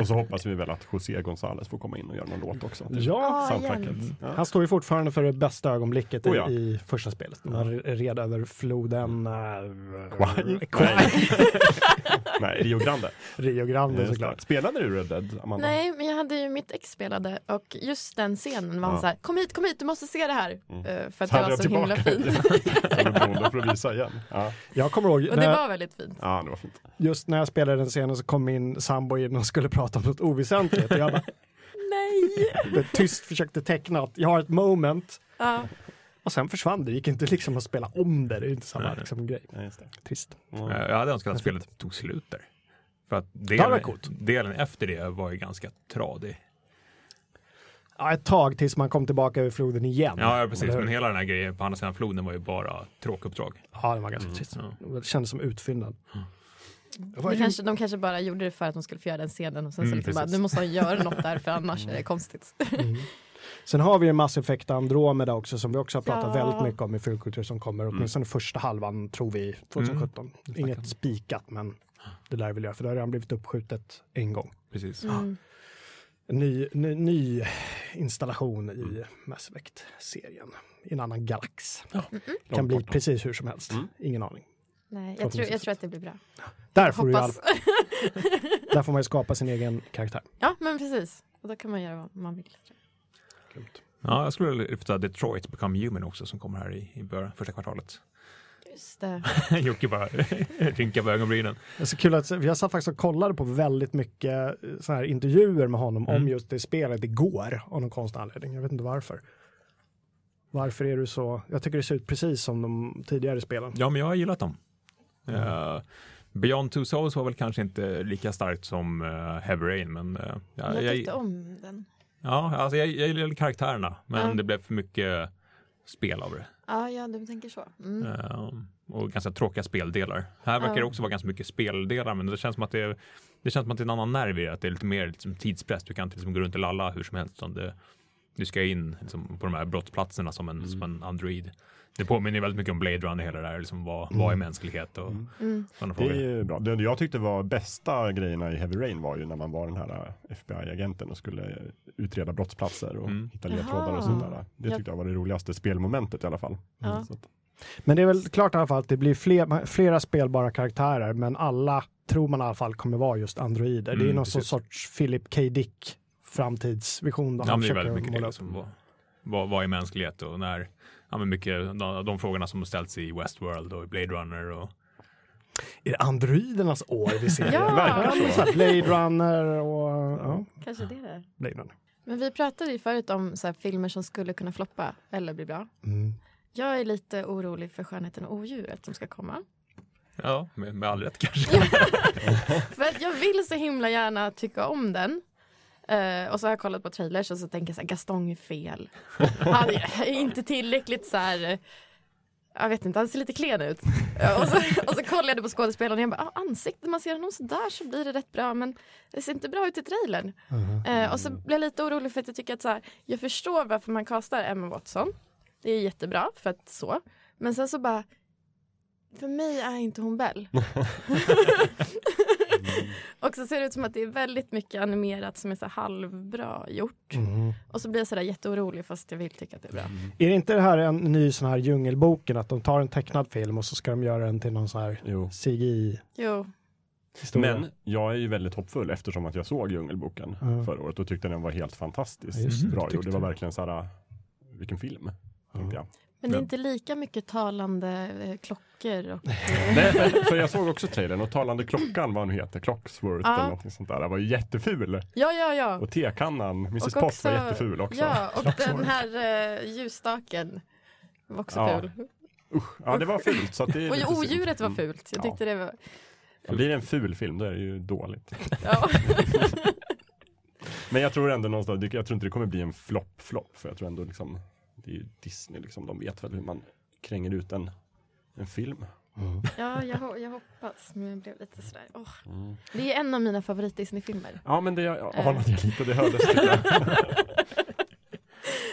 Och så hoppas vi väl att José González får komma in och göra någon låt också. till
Ja,
Ja,
soundtracket.
jämt.
Ja.
han står ju fortfarande för det bästa ögonblicket i,
Oh ja.
i första spelet. När han red över floden
Kwai.
äh,
Nej, Rio Grande.
Rio Grande såklart.
Spelade du Red Dead, Amanda?
Nej, men jag hade ju mitt ex spelade och just den scenen var han
Ja.
så här, kom hit, kom hit, du måste se det här. Eh, För att
Så
det
hade
var
jag
så himla
tillbaka
fint.
den. Då får du visa igen. Ja,
Jag kommer ihåg,
Och det
när-
var väldigt fint.
ja det var fint.
just när jag spelade den scenen så kom min sambo in och skulle prata om något oväsentligt. Och jag bara,
Nej!
det tyst försökte teckna att jag har ett moment
Ja,
och sen försvann det. Det gick inte liksom att spela om det. Det är inte samma liksom, grej.
Ja, just det.
Trist.
Ja.
Eh, Jag hade önskat att spelet tog slut där. För att
hade
delen,
varit coolt.
delen efter det var ju ganska tradig.
Ja, ett tag tills man kom tillbaka över floden igen.
Ja, ja precis.
Eller hur?
Men hela den här grejen på andra sidan floden var ju bara tråkuppdrag.
Ja, det var ganska trist. Det kändes som utfyllnad. Det var
det
ju-
kanske, de kanske bara gjorde det för att de skulle få göra den scenen och sen så
Mm,
liksom bara,
precis.
nu måste han göra något där för annars är det konstigt.
Sen har vi ju Mass Effect Andromeda också som vi också har pratat
Ja.
väldigt mycket om i Fulkultur som kommer. Åtminstone första halvan tror vi 2017. Inget spikat men det lär vi göra för det har redan blivit uppskjutet en gång.
Precis.
Ny, ny, ny installation i Mass Effect-serien i en annan galax. Kan bli precis hur som helst. Ingen aning.
Nej, jag tror, jag tror att det blir bra.
Där får, du, ju
Hoppas.
all- där får man ju skapa sin egen karaktär.
Ja, men precis. Och då kan man göra vad man vill. tror jag.
Ja, jag skulle lyfta Detroit Become Human också som kommer här i, i början, första kvartalet.
Just det.
Jocke bara rynkar på ögonbrynen.
Det är så kul att jag satt faktiskt och kollade på väldigt mycket eh, såna här intervjuer med honom
Mm.
om just det spelet igår av någon konstig anledning. Jag vet inte varför. Varför är du så? Jag tycker det ser ut precis som de tidigare spelen.
Ja, men jag har gillat dem. Eh, Beyond Two Souls var väl kanske inte lika starkt som eh, Heavy Rain, men eh,
Jag
jag,
tyckte
jag,
om den.
ja, alltså jag, jag gillade karaktärerna, men
Ja.
det blev för mycket spel av det.
Ja, ja, du tänker så. Mm.
Eh, och Ehm, ganska tråkiga speldelar. Här verkar
Ja.
det också vara ganska mycket speldelar, men det känns som att det, det känns som att det är en annan nerv i det, att det är lite mer liksom, tidspress. Du kan inte liksom, gå runt och lalla hur som helst. Utan det, du ska in liksom, på de här brottsplatserna som en, som en android. Det påminner ju väldigt mycket om Blade Runner, hela det där. Liksom, vad, vad är mänsklighet och
mm.
sådana
Det
frågor.
är ju bra. Mm. Det jag tyckte var bästa grejerna i Heavy Rain var ju när man var den här äh, FBI-agenten och skulle utreda brottsplatser och
Mm.
hitta ledtrådar
Jaha.
och sånt där. Det
Ja.
tyckte jag var det roligaste spelmomentet i alla fall.
Ja.
Så att,
Men det är väl klart i alla fall att det blir fler, flera spelbara karaktärer, men alla tror man i alla fall kommer vara just androider. det är
Mm,
någon
precis.
sorts Philip K. Dick framtidsvision. Då
Ja,
han
men det är
försöker
väldigt mycket det.
måla upp.
Liksom, vad, vad, vad är mänsklighet och när? Ja, men mycket de, de frågorna som ställs i Westworld och i Blade Runner och
Är det androidernas år vi ser?
Ja.
verkar så.
Så här Blade Runner och... Ja,
Kanske det är.
Blade Runner.
Men vi pratade ju förut om så här, filmer som skulle kunna floppa eller bli bra.
Mm.
Jag är lite orolig för Skönheten och odjuret som ska komma.
ja, med, med all rätt kanske.
För att jag vill så himla gärna tycka om den. Eh, och så har jag kollat på trailers och så tänker jag så här, Gaston är fel. Han är inte tillräckligt så här, eh, jag vet inte, han ser lite klen ut. Eh, och, så, och så kollade jag på skådespelaren och jag bara, ah, ansiktet, man ser honom så där så blir det rätt bra men det ser inte bra ut i trailern. Eh, och så blev jag lite orolig för att jag tycker att så här, jag förstår varför man castar Emma Watson. Det är jättebra för att så. Men sen så bara, för mig är inte hon Bell. Och så ser det ut som att det är väldigt mycket animerat som är så här halvbra gjort.
Mm.
Och så blir jag sådär jätteorolig fast jag vill tycka att det är bra.
Är det inte det här en ny sån här djungelboken, att de tar en tecknad film och så ska de göra den till någon sån här
Jo.
CGI-historia?
Jo,
Men jag är ju väldigt hoppfull eftersom att jag såg Djungelboken
Ja.
förra året och tyckte den var helt fantastiskt
Ja, just det,
bra gjord.
tyckte
Det var
du.
verkligen så här, ah, vilken film. Tänkte jag.
men det är
Men-
inte lika mycket talande eh, klockor. Och,
Nej, men, för jag såg också trailern och talande klockan, vad han heter, Clocksworth
Ja.
eller någonting sånt där, var ju jätteful.
ja, ja, ja.
Och tekannan, Mrs Pot var jätteful också.
Ja, och den här eh, ljusstaken var också
Ja.
ful.
Ja, det var fult. Så att det är lite
Och
synd. Mm.
odjuret var fult. Jag
Ja.
tyckte det var...
Ja, Blir det en ful film, då är det ju dåligt.
Ja.
Men jag tror ändå någonstans, jag tror inte det kommer bli en flopp-flopp, för jag tror ändå liksom, det är ju Disney liksom, de vet väl hur man kränger ut en, en film.
Ja, jag, ho- jag hoppas. Men jag blev lite sådär. Åh.
Mm.
Det är en av mina favorit-Disney-filmer.
Ja, men det jag
Eh.
anade jag lite, det hördes lite.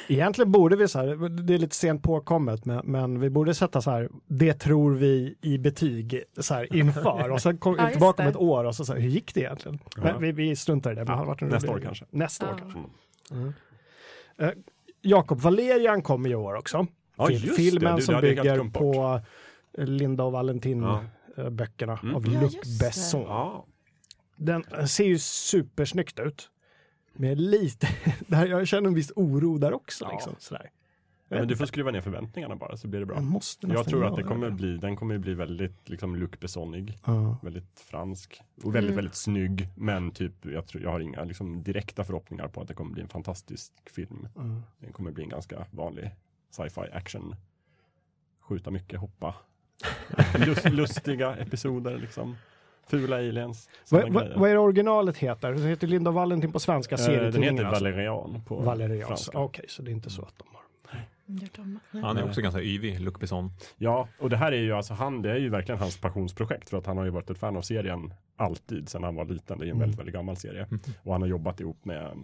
Egentligen borde vi så här, det är lite sent påkommet, men, men vi borde sätta så här, det tror vi i betyg så här inför och sen kom,
Ja, just
tillbaka om
det.
ett år och så, så här, hur gick det egentligen?
Ja.
Men vi, vi struntar i det. Men det har varit en
nästa
rolig-
år kanske.
Nästa år
Ja.
kanske.
Mm.
Jakob Valerian kommer i år också.
Ja,
Fil-
just det.
Filmen
Du, det
som
hade jag helt
bygger
glömt bort.
på Linda och Valentin
Ja.
eh, böckerna
Mm.
av
Ja,
Luc
just det.
Besson.
Ja,
Den eh, ser ju supersnyggt ut. Men lite, där jag känner en viss oro där också.
Ja.
Liksom, sådär.
Ja, men du får skruva ner förväntningarna bara, så blir det bra.
Jag måste
Jag
nästan
tror att det
göra
kommer bli, den kommer bli väldigt liksom Luc Bessonig,
Ja.
väldigt fransk och väldigt,
Mm.
väldigt snygg. Men typ, jag, tror, jag har inga liksom, direkta förhoppningar på att det kommer bli en fantastisk film.
Mm.
Den kommer bli en ganska vanlig sci-fi action. Skjuta mycket, hoppa. Lust, lustiga episoder liksom. Fula aliens.
Vad,
sådana
vad,
grejer.
vad är det originalet heter? Det heter Linda Valentin på svenska
Eh, Den
serietidningen.
heter
alltså.
Valerian på
Valerian.
franska.
Okej, så det är inte så att de har.
Gjort om.
Han är också ganska yvig, Luc Besson.
Ja, och det här är ju alltså han, det är ju verkligen hans passionsprojekt för att han har ju varit ett fan av serien alltid sedan han var liten.
Mm.
Det är ju en väldigt, väldigt gammal serie och han har jobbat ihop med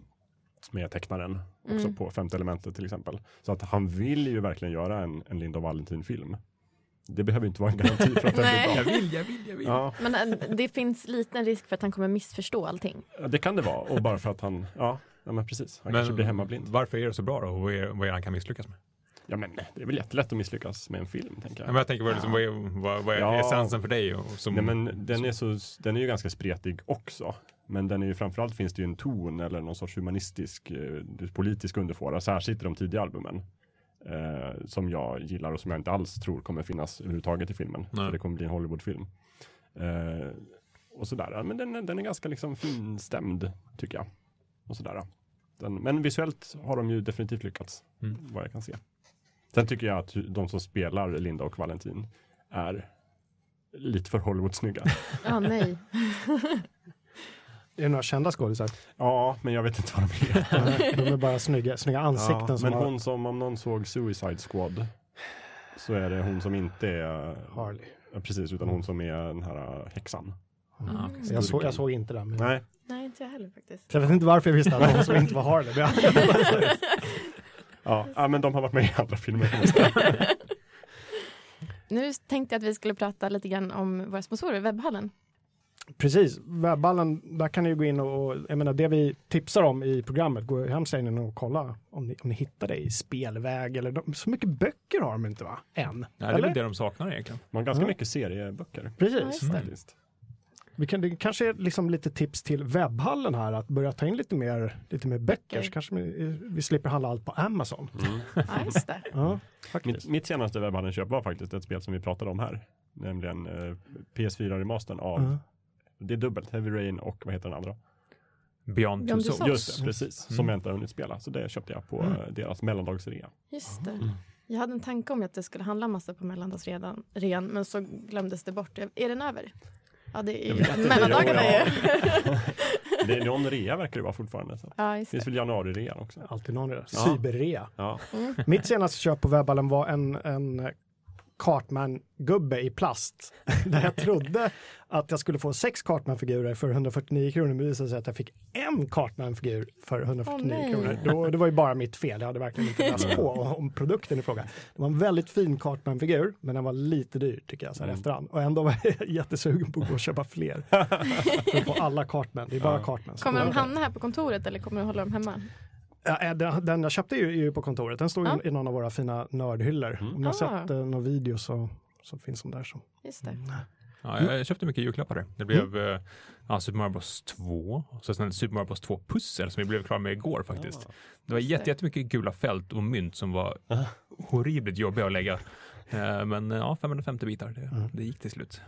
med tecknaren också
Mm.
på Femte elementet till exempel. Så att han vill ju verkligen göra en, en Linda Valentin-film. Det behöver ju inte vara en garanti för att den blir bra.
Nej.
vill, jag vill, jag vill.
Ja,
Men eh, det finns liten risk för att han kommer missförstå allting.
det kan det vara och bara för att han, ja, ja men precis, han kanske blir hemmablind.
Varför är det så bra då? Och vad är, vad är det han kan misslyckas med?
Ja men det är väl jättelätt att misslyckas med en film tänker
Ja.
jag.
Men jag tänker, vad är, liksom, vad är, vad, vad är
Ja.
essensen för dig? Och, som,
Nej, men den, är så, den är ju ganska spretig också. Men den är ju framförallt finns det ju en ton eller någon sorts humanistisk eh, politisk underfåra, särskilt i de tidiga albumen. Eh, som jag gillar och som jag inte alls tror kommer finnas överhuvudtaget i filmen.
Nej.
För det kommer bli en Hollywoodfilm. Eh, och sådär, Ja, men den, är- den är ganska liksom finstämd tycker jag. Och sådär. Den, men visuellt har de ju definitivt lyckats,
Mm.
vad jag kan se. Sen tycker jag att de som spelar Linda och Valentin är lite för Hollywood-snygga.
Ja, nej.
Är det några kända skådisar?
Ja, men jag vet inte vad de är.
Nej, de är bara snygga, snygga ansikten
Ja,
som
men
har
hon som, om någon såg Suicide Squad, så är det hon som inte är,
Harley.
ja, precis, utan hon som är den här äh, häxan.
Ah, okej.
Så Jag, såg, jag såg inte den. Men...
Nej,
Nej, inte jag heller faktiskt.
Så Jag vet inte varför jag visste att de som inte var Harley. Men jag...
ja. ja, men de har varit med i andra filmer.
Nu tänkte jag att vi skulle prata lite grann om våra sponsorer, Webbhallen.
Precis, webballen, där kan ni ju gå in och, och jag menar det vi tipsar om i programmet, gå hem sen in och kolla om ni, om ni hittar det i spelväg eller de, så mycket böcker har de inte va? Än.
Ja, det är väl det de saknar egentligen.
Man har ganska
Ja. Mm.
mycket serieböcker.
Precis.
Ja,
Faktiskt.
Vi kan, det kanske är liksom lite tips till webbhallen här att börja ta in lite mer, lite mer böcker så
Okej.
kanske vi, vi slipper handla allt på Amazon.
Ja, just det.
Mm.
Ja,
Mitt,
faktiskt.
Mm. mitt senaste webbhandelköp var faktiskt ett spel som vi pratade om här. Nämligen eh, PS4-remastern av,
Ja.
det är dubbelt, Heavy Rain och vad heter den andra?
Beyond
Beyond
Two
Two
Souls.
Souls.
Just det, precis. Som jag inte har hunnit spela. Så det köpte jag på eh, deras mellandagsrea.
Just
Mm.
det. Jag hade en tanke om att det skulle handla massa på mellandagsrean, ren, men så glömdes det bort. Är den över? Ja, det är
Jag
ju
vet inte.
mellandagarna
Ja.
ju.
Det är någon rea verkar det vara fortfarande. Så.
Ja, just
Det finns
det.
väl januari-rean också?
Alltid någon i det.
Ja.
Cyberrea.
Ja.
Mitt senaste köp på webballen var en, en Cartman-gubbe i plast. Där jag trodde att jag skulle få sex Cartman-figurer för 149 kronor, men det visade sig att jag fick en Cartman-figur för 149
Åh, nej.
kronor. Då, det var ju bara mitt fel, jag hade verkligen inte läst på om produkten i fråga. Det var en väldigt fin Cartman-figur, men den var lite dyr tycker jag så här efterhand. Och ändå var jag jättesugen på att gå och köpa fler. För att få alla Cartman, det är bara Cartman. som
Kommer de
går.
hamna här på kontoret eller kommer de hålla dem hemma?
Ja, eh, den, den jag köpte är ju, är ju på kontoret. Den står ju
Ja.
i någon av våra fina nördhyllor. Om ni har
Ah.
sett eh, någon video så, så finns de där. Så.
Just det.
Ja, jag köpte mycket julklappar där. Det blev
Mm.
eh, ja, Super Mario Bros 2 och så sen ett Super Mario Bros 2 pussel som vi blev klara med igår faktiskt. Det var jätte, jättemycket gula fält och mynt som var horribelt jobbiga att lägga. Eh, Men eh, ja, 550 bitar, det,
Mm.
det gick till slut.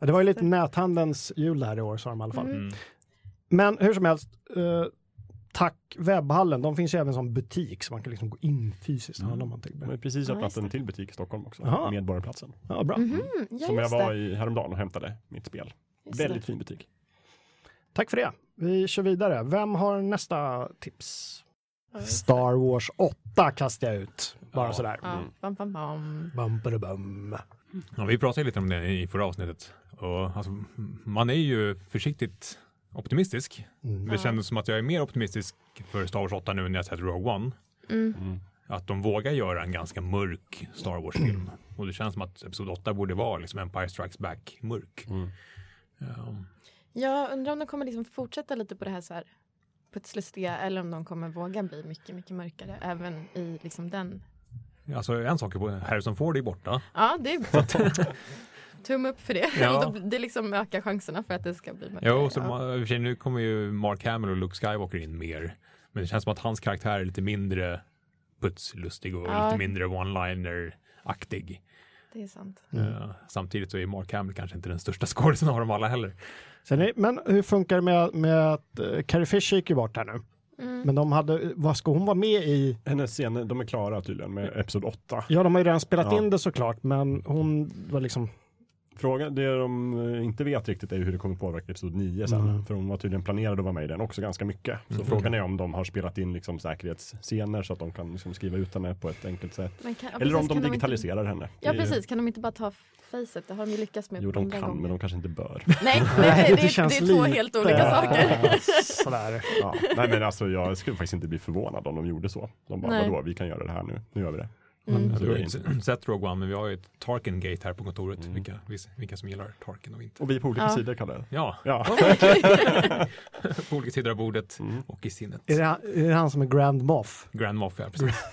Ja, det var ju lite näthandelns jul här i år, sa de i alla fall.
Mm.
Men hur som helst, eh, tack webbhallen. De finns ju även som butik så man kan liksom gå in fysiskt och handla
Mm.
om man tycker.
De
det.
har precis
Ja,
öppnat
just
en till butik i Stockholm också,
Jaha.
Medborgarplatsen.
Ja, bra.
Mm, ja,
som jag
just
var
det.
i häromdagen och hämtade mitt spel.
Just
Väldigt fin butik.
Tack för det. Vi kör vidare. Vem har nästa tips?
Ja, just det.
Star Wars 8 kastar jag ut, bara
Ja.
sådär.
Ja, bam, bam, bam.
Bum, bada, bum.
Ja, vi pratade lite om det i förra avsnittet. Och, alltså, man är ju försiktigt optimistisk. Det kändes som att jag är mer optimistisk för Star Wars 8 nu när jag sett Rogue One.
Mm.
Att de vågar göra en ganska mörk Star Wars-film. Och det känns som att Episod 8 borde vara liksom Empire Strikes Back-mörk. Ja.
Jag undrar om de kommer liksom fortsätta lite på det här så här putslustiga eller om de kommer våga bli mycket, mycket mörkare även i liksom den.
Alltså en sak är på Harrison Ford är borta.
Ja, det är Tumme upp för det.
Ja.
Då- det liksom ökar chanserna för att det ska bli mörkare.
Jo, så
ja.
man, i och för sig, nu kommer ju Mark Hamill och Luke Skywalker in mer. Men det känns som att hans karaktär är lite mindre putslustig och
Ja.
lite mindre one-liner-aktig.
Det är sant.
Mm.
Eh, samtidigt så är Mark Hamill kanske inte den största skådisen av dem alla heller.
Mm.
Sen är, men hur funkar det med, med att eh, Carrie Fisher gick ju bort här nu?
Mm.
Men de hade, vad ska hon vara med i?
Hennes scener, de är klara tydligen med Episod 8.
Ja, de har ju redan spelat
Ja.
in det såklart, men hon var liksom,
Frågan, det de eh, inte vet riktigt är ju hur det kommer påverka Episod 9 sen.
Mm.
För hon var tydligen planerad att vara med i den också ganska mycket. Så frågan är om de har spelat in liksom säkerhetsscener så att de kan liksom skriva ut henne på ett enkelt sätt.
Men kan, ja,
Eller om
precis,
de
kan
digitaliserar henne.
Inte, ja,
Det är-
precis. Kan de inte bara ta facet? Det har de ju lyckats med.
Jo, de
många
kan, men de
gånger.
kanske inte bör.
Nej, nej, nej, det, är-
känns
det är två
lite-
helt olika saker. Mm.
sådär.
Ja. Nej, men alltså jag skulle faktiskt inte bli förvånad om de gjorde så. De bara,
Nej.
vadå, vi kan göra det här nu. Nu gör vi det.
Alltså, vi har
Det är
inte s- sett Rogue One, men vi har ju ett Tarkin Gate här på kontoret.
Mm.
Vilka, vis- vilka som gillar Tarkin och inte.
Och vi på olika
Ja.
sidor, Kalle.
Ja,
Ja. Mm.
på olika sidor av bordet och i sinnet.
Är det, han, är det han som är Grand Moff?
Grand Moff, ja, precis.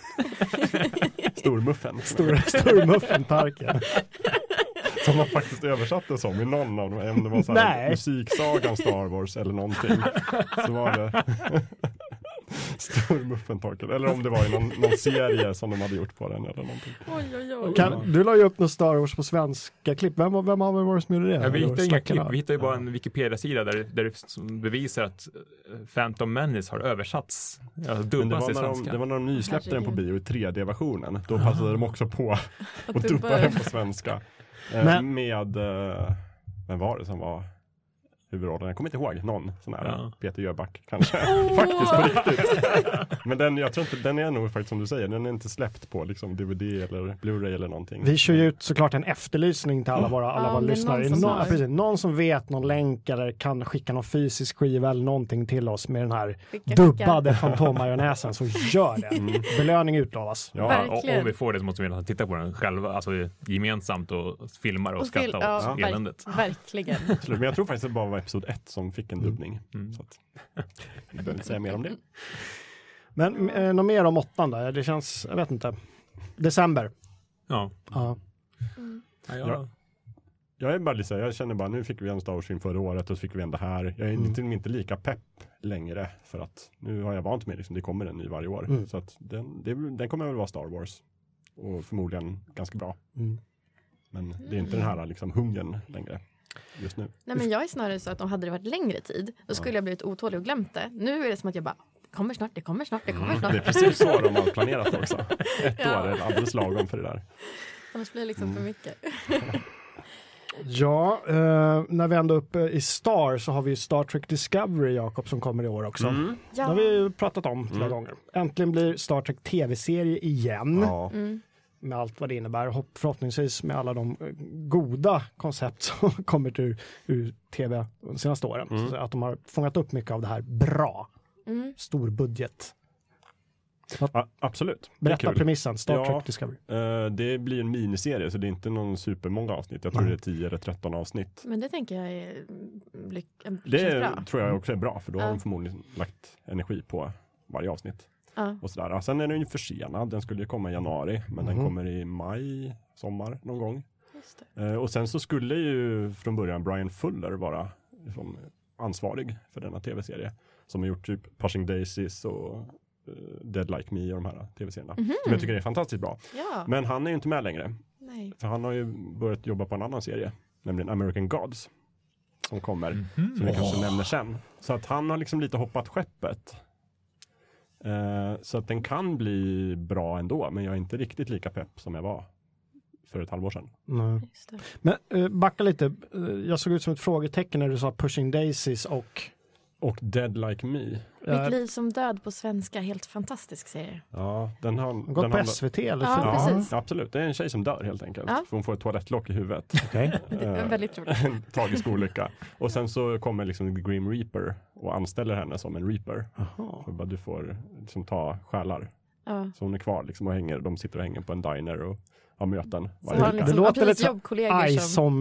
Stormuffen.
Stor- Stormuffinparken.
Som man faktiskt översatte som i någon av dem. Även om det var så här
Nej.
musiksagan Star Wars eller någonting. Så var det Stormuffentorken. Eller om det var i någon, någon serie som de hade gjort på den eller någonting.
Oj, oj, oj.
Kan, du la ju upp något Star Wars på svenska klipp. Vem, var- vem har väl varit som gjorde det?
Ja, vi hittade inga klipp,
Stackarna.
vi hittade ju bara en Wikipedia-sida där, där det som bevisar att eh, Phantom Menace har översatts, alltså
Men det,
dubbats till
var när de,
svenska.
det var när de nysläppte den på bio i 3D-versionen. Då passade de också på
Att
och
du
dubba
bara-
den på svenska. Eh,
Men-
Med, eh, vem var det som var? huvudrollen. Jag kommer inte ihåg någon sån här.
Ja.
Peter Jöback kanske.
Åh!
Faktiskt på riktigt. Men den, jag tror inte, den är nog faktiskt som du säger, den är inte släppt på liksom DVD eller Blu-ray eller någonting.
Vi kör ju ut såklart en efterlysning till alla våra, alla
Mm. Ja,
våra
om det är
lyssnare. Någon
någon som
som,
har-
precis, någon som vet någon länk eller kan skicka någon fysisk skiva eller någonting till oss med den här
Skicka,
dubbade fantommajonnäsen så gör det.
Mm.
Belöning utlovas.
Ja,
Verkligen.
och,
Och om vi får det så måste vi nästan titta på den själva, alltså gemensamt och filmar och,
Och fil-
skratta åt
ja, verk-
eländet.
Verkligen.
absolut. men jag tror faktiskt att det bara var episod ett som fick
Mm.
en dubbning.
Mm.
Så att, vi behöver inte säga mer om
Mm.
det.
Men eh, något mer om åttan då? Det känns, jag vet inte. December.
Ja.
Ja.
Mm.
Ja,
Ja. Jag är bara lite så här, jag känner bara nu fick vi en Star Wars-film förra året och så fick vi en det här. Jag är
Mm.
till och med inte lika pepp längre för att nu har jag vant mig liksom, det kommer en ny varje år.
Mm.
Så att den, det, den kommer väl vara Star Wars och förmodligen ganska bra.
Mm.
Men det är inte den
Mm.
här liksom hungern längre just nu.
Nej, men jag är snarare så att om hade det varit längre tid då skulle jag blivit otålig och glömt det. Nu är det som att jag bara det kommer snart, det kommer snart, det kommer
Mm. Det är
snart.
precis så de har planerat också. Ett
Ja.
år är alldeles lagom för det där.
Annars blir det liksom för
Mm.
mycket.
Ja, eh, när vi ändå är uppe i Star så har vi ju Star Trek Discovery, Jakob, som kommer i år också. Det har
Ja,
vi ju pratat om flera gånger. Äntligen blir Star Trek tv-serie igen.
Ja.
Mm.
med allt vad det innebär. Hopp, förhoppningsvis med alla de eh, goda koncept som har kommit ur, ur tv de senaste åren.
Mm.
Så att de har fångat upp mycket av det här bra.
Mm.
Stor budget.
A- absolut. Det är
Berätta
kul.
premissen, Star
Ja.
Trek Discovery.
Eh, det blir en miniserie så det är inte någon supermånga avsnitt. Jag tror det är 10 eller 13 avsnitt.
men det tänker jag är lyck- känns
Det
bra.
tror jag också är bra, för då har
Ja.
de förmodligen lagt energi på varje avsnitt.
Ja.
Och sådär. Sen är den ju försenad, den skulle ju komma i januari, men den
Mhm.
kommer i maj, sommar någon gång.
Just det.
Eh, och sen så skulle ju från början Brian Fuller vara liksom, ansvarig för denna tv-serie. Som har gjort typ Pushing Daisies och eh, Dead Like Me och de här tv-serierna.
Mhm.
Som jag tycker är fantastiskt bra.
Ja,
Men han är ju inte med längre,
nej.
för han har ju börjat jobba på en annan serie, nämligen American Gods. Som kommer,
Mhm.
som vi
Mm.
kanske nämner sen. Så att han har liksom lite hoppat skeppet. Eh, så att den kan bli bra ändå, men jag är inte riktigt lika pepp som jag var för ett halvår sedan.
Mm.
Just det.
Men eh, backa lite. Eh, Jag såg ut som ett frågetecken när du sa Pushing Daisies och
Och Dead Like Me.
eh,
Mitt liv som död på svenska, helt fantastisk serie.
Ja, den har... Den
gått på
handlar-
SVT eller?
Ja,
film?
precis.
absolut. Det är en tjej som dör helt enkelt.
Ja.
För hon får ett toalettlock i huvudet.
Okej.
Det är
Eh,
väldigt roligt.
en tragisk olycka. Och sen så kommer liksom The Grim Reaper och anställer henne som en reaper.
Jaha.
Och bara, du får liksom ta själar.
Ja.
Så hon är kvar liksom och hänger, de sitter och hänger på en diner och har möten.
Så har
varje
han
vecka.
Det
liksom,
låter
ja, precis,
lite så-
jobbkollegor som...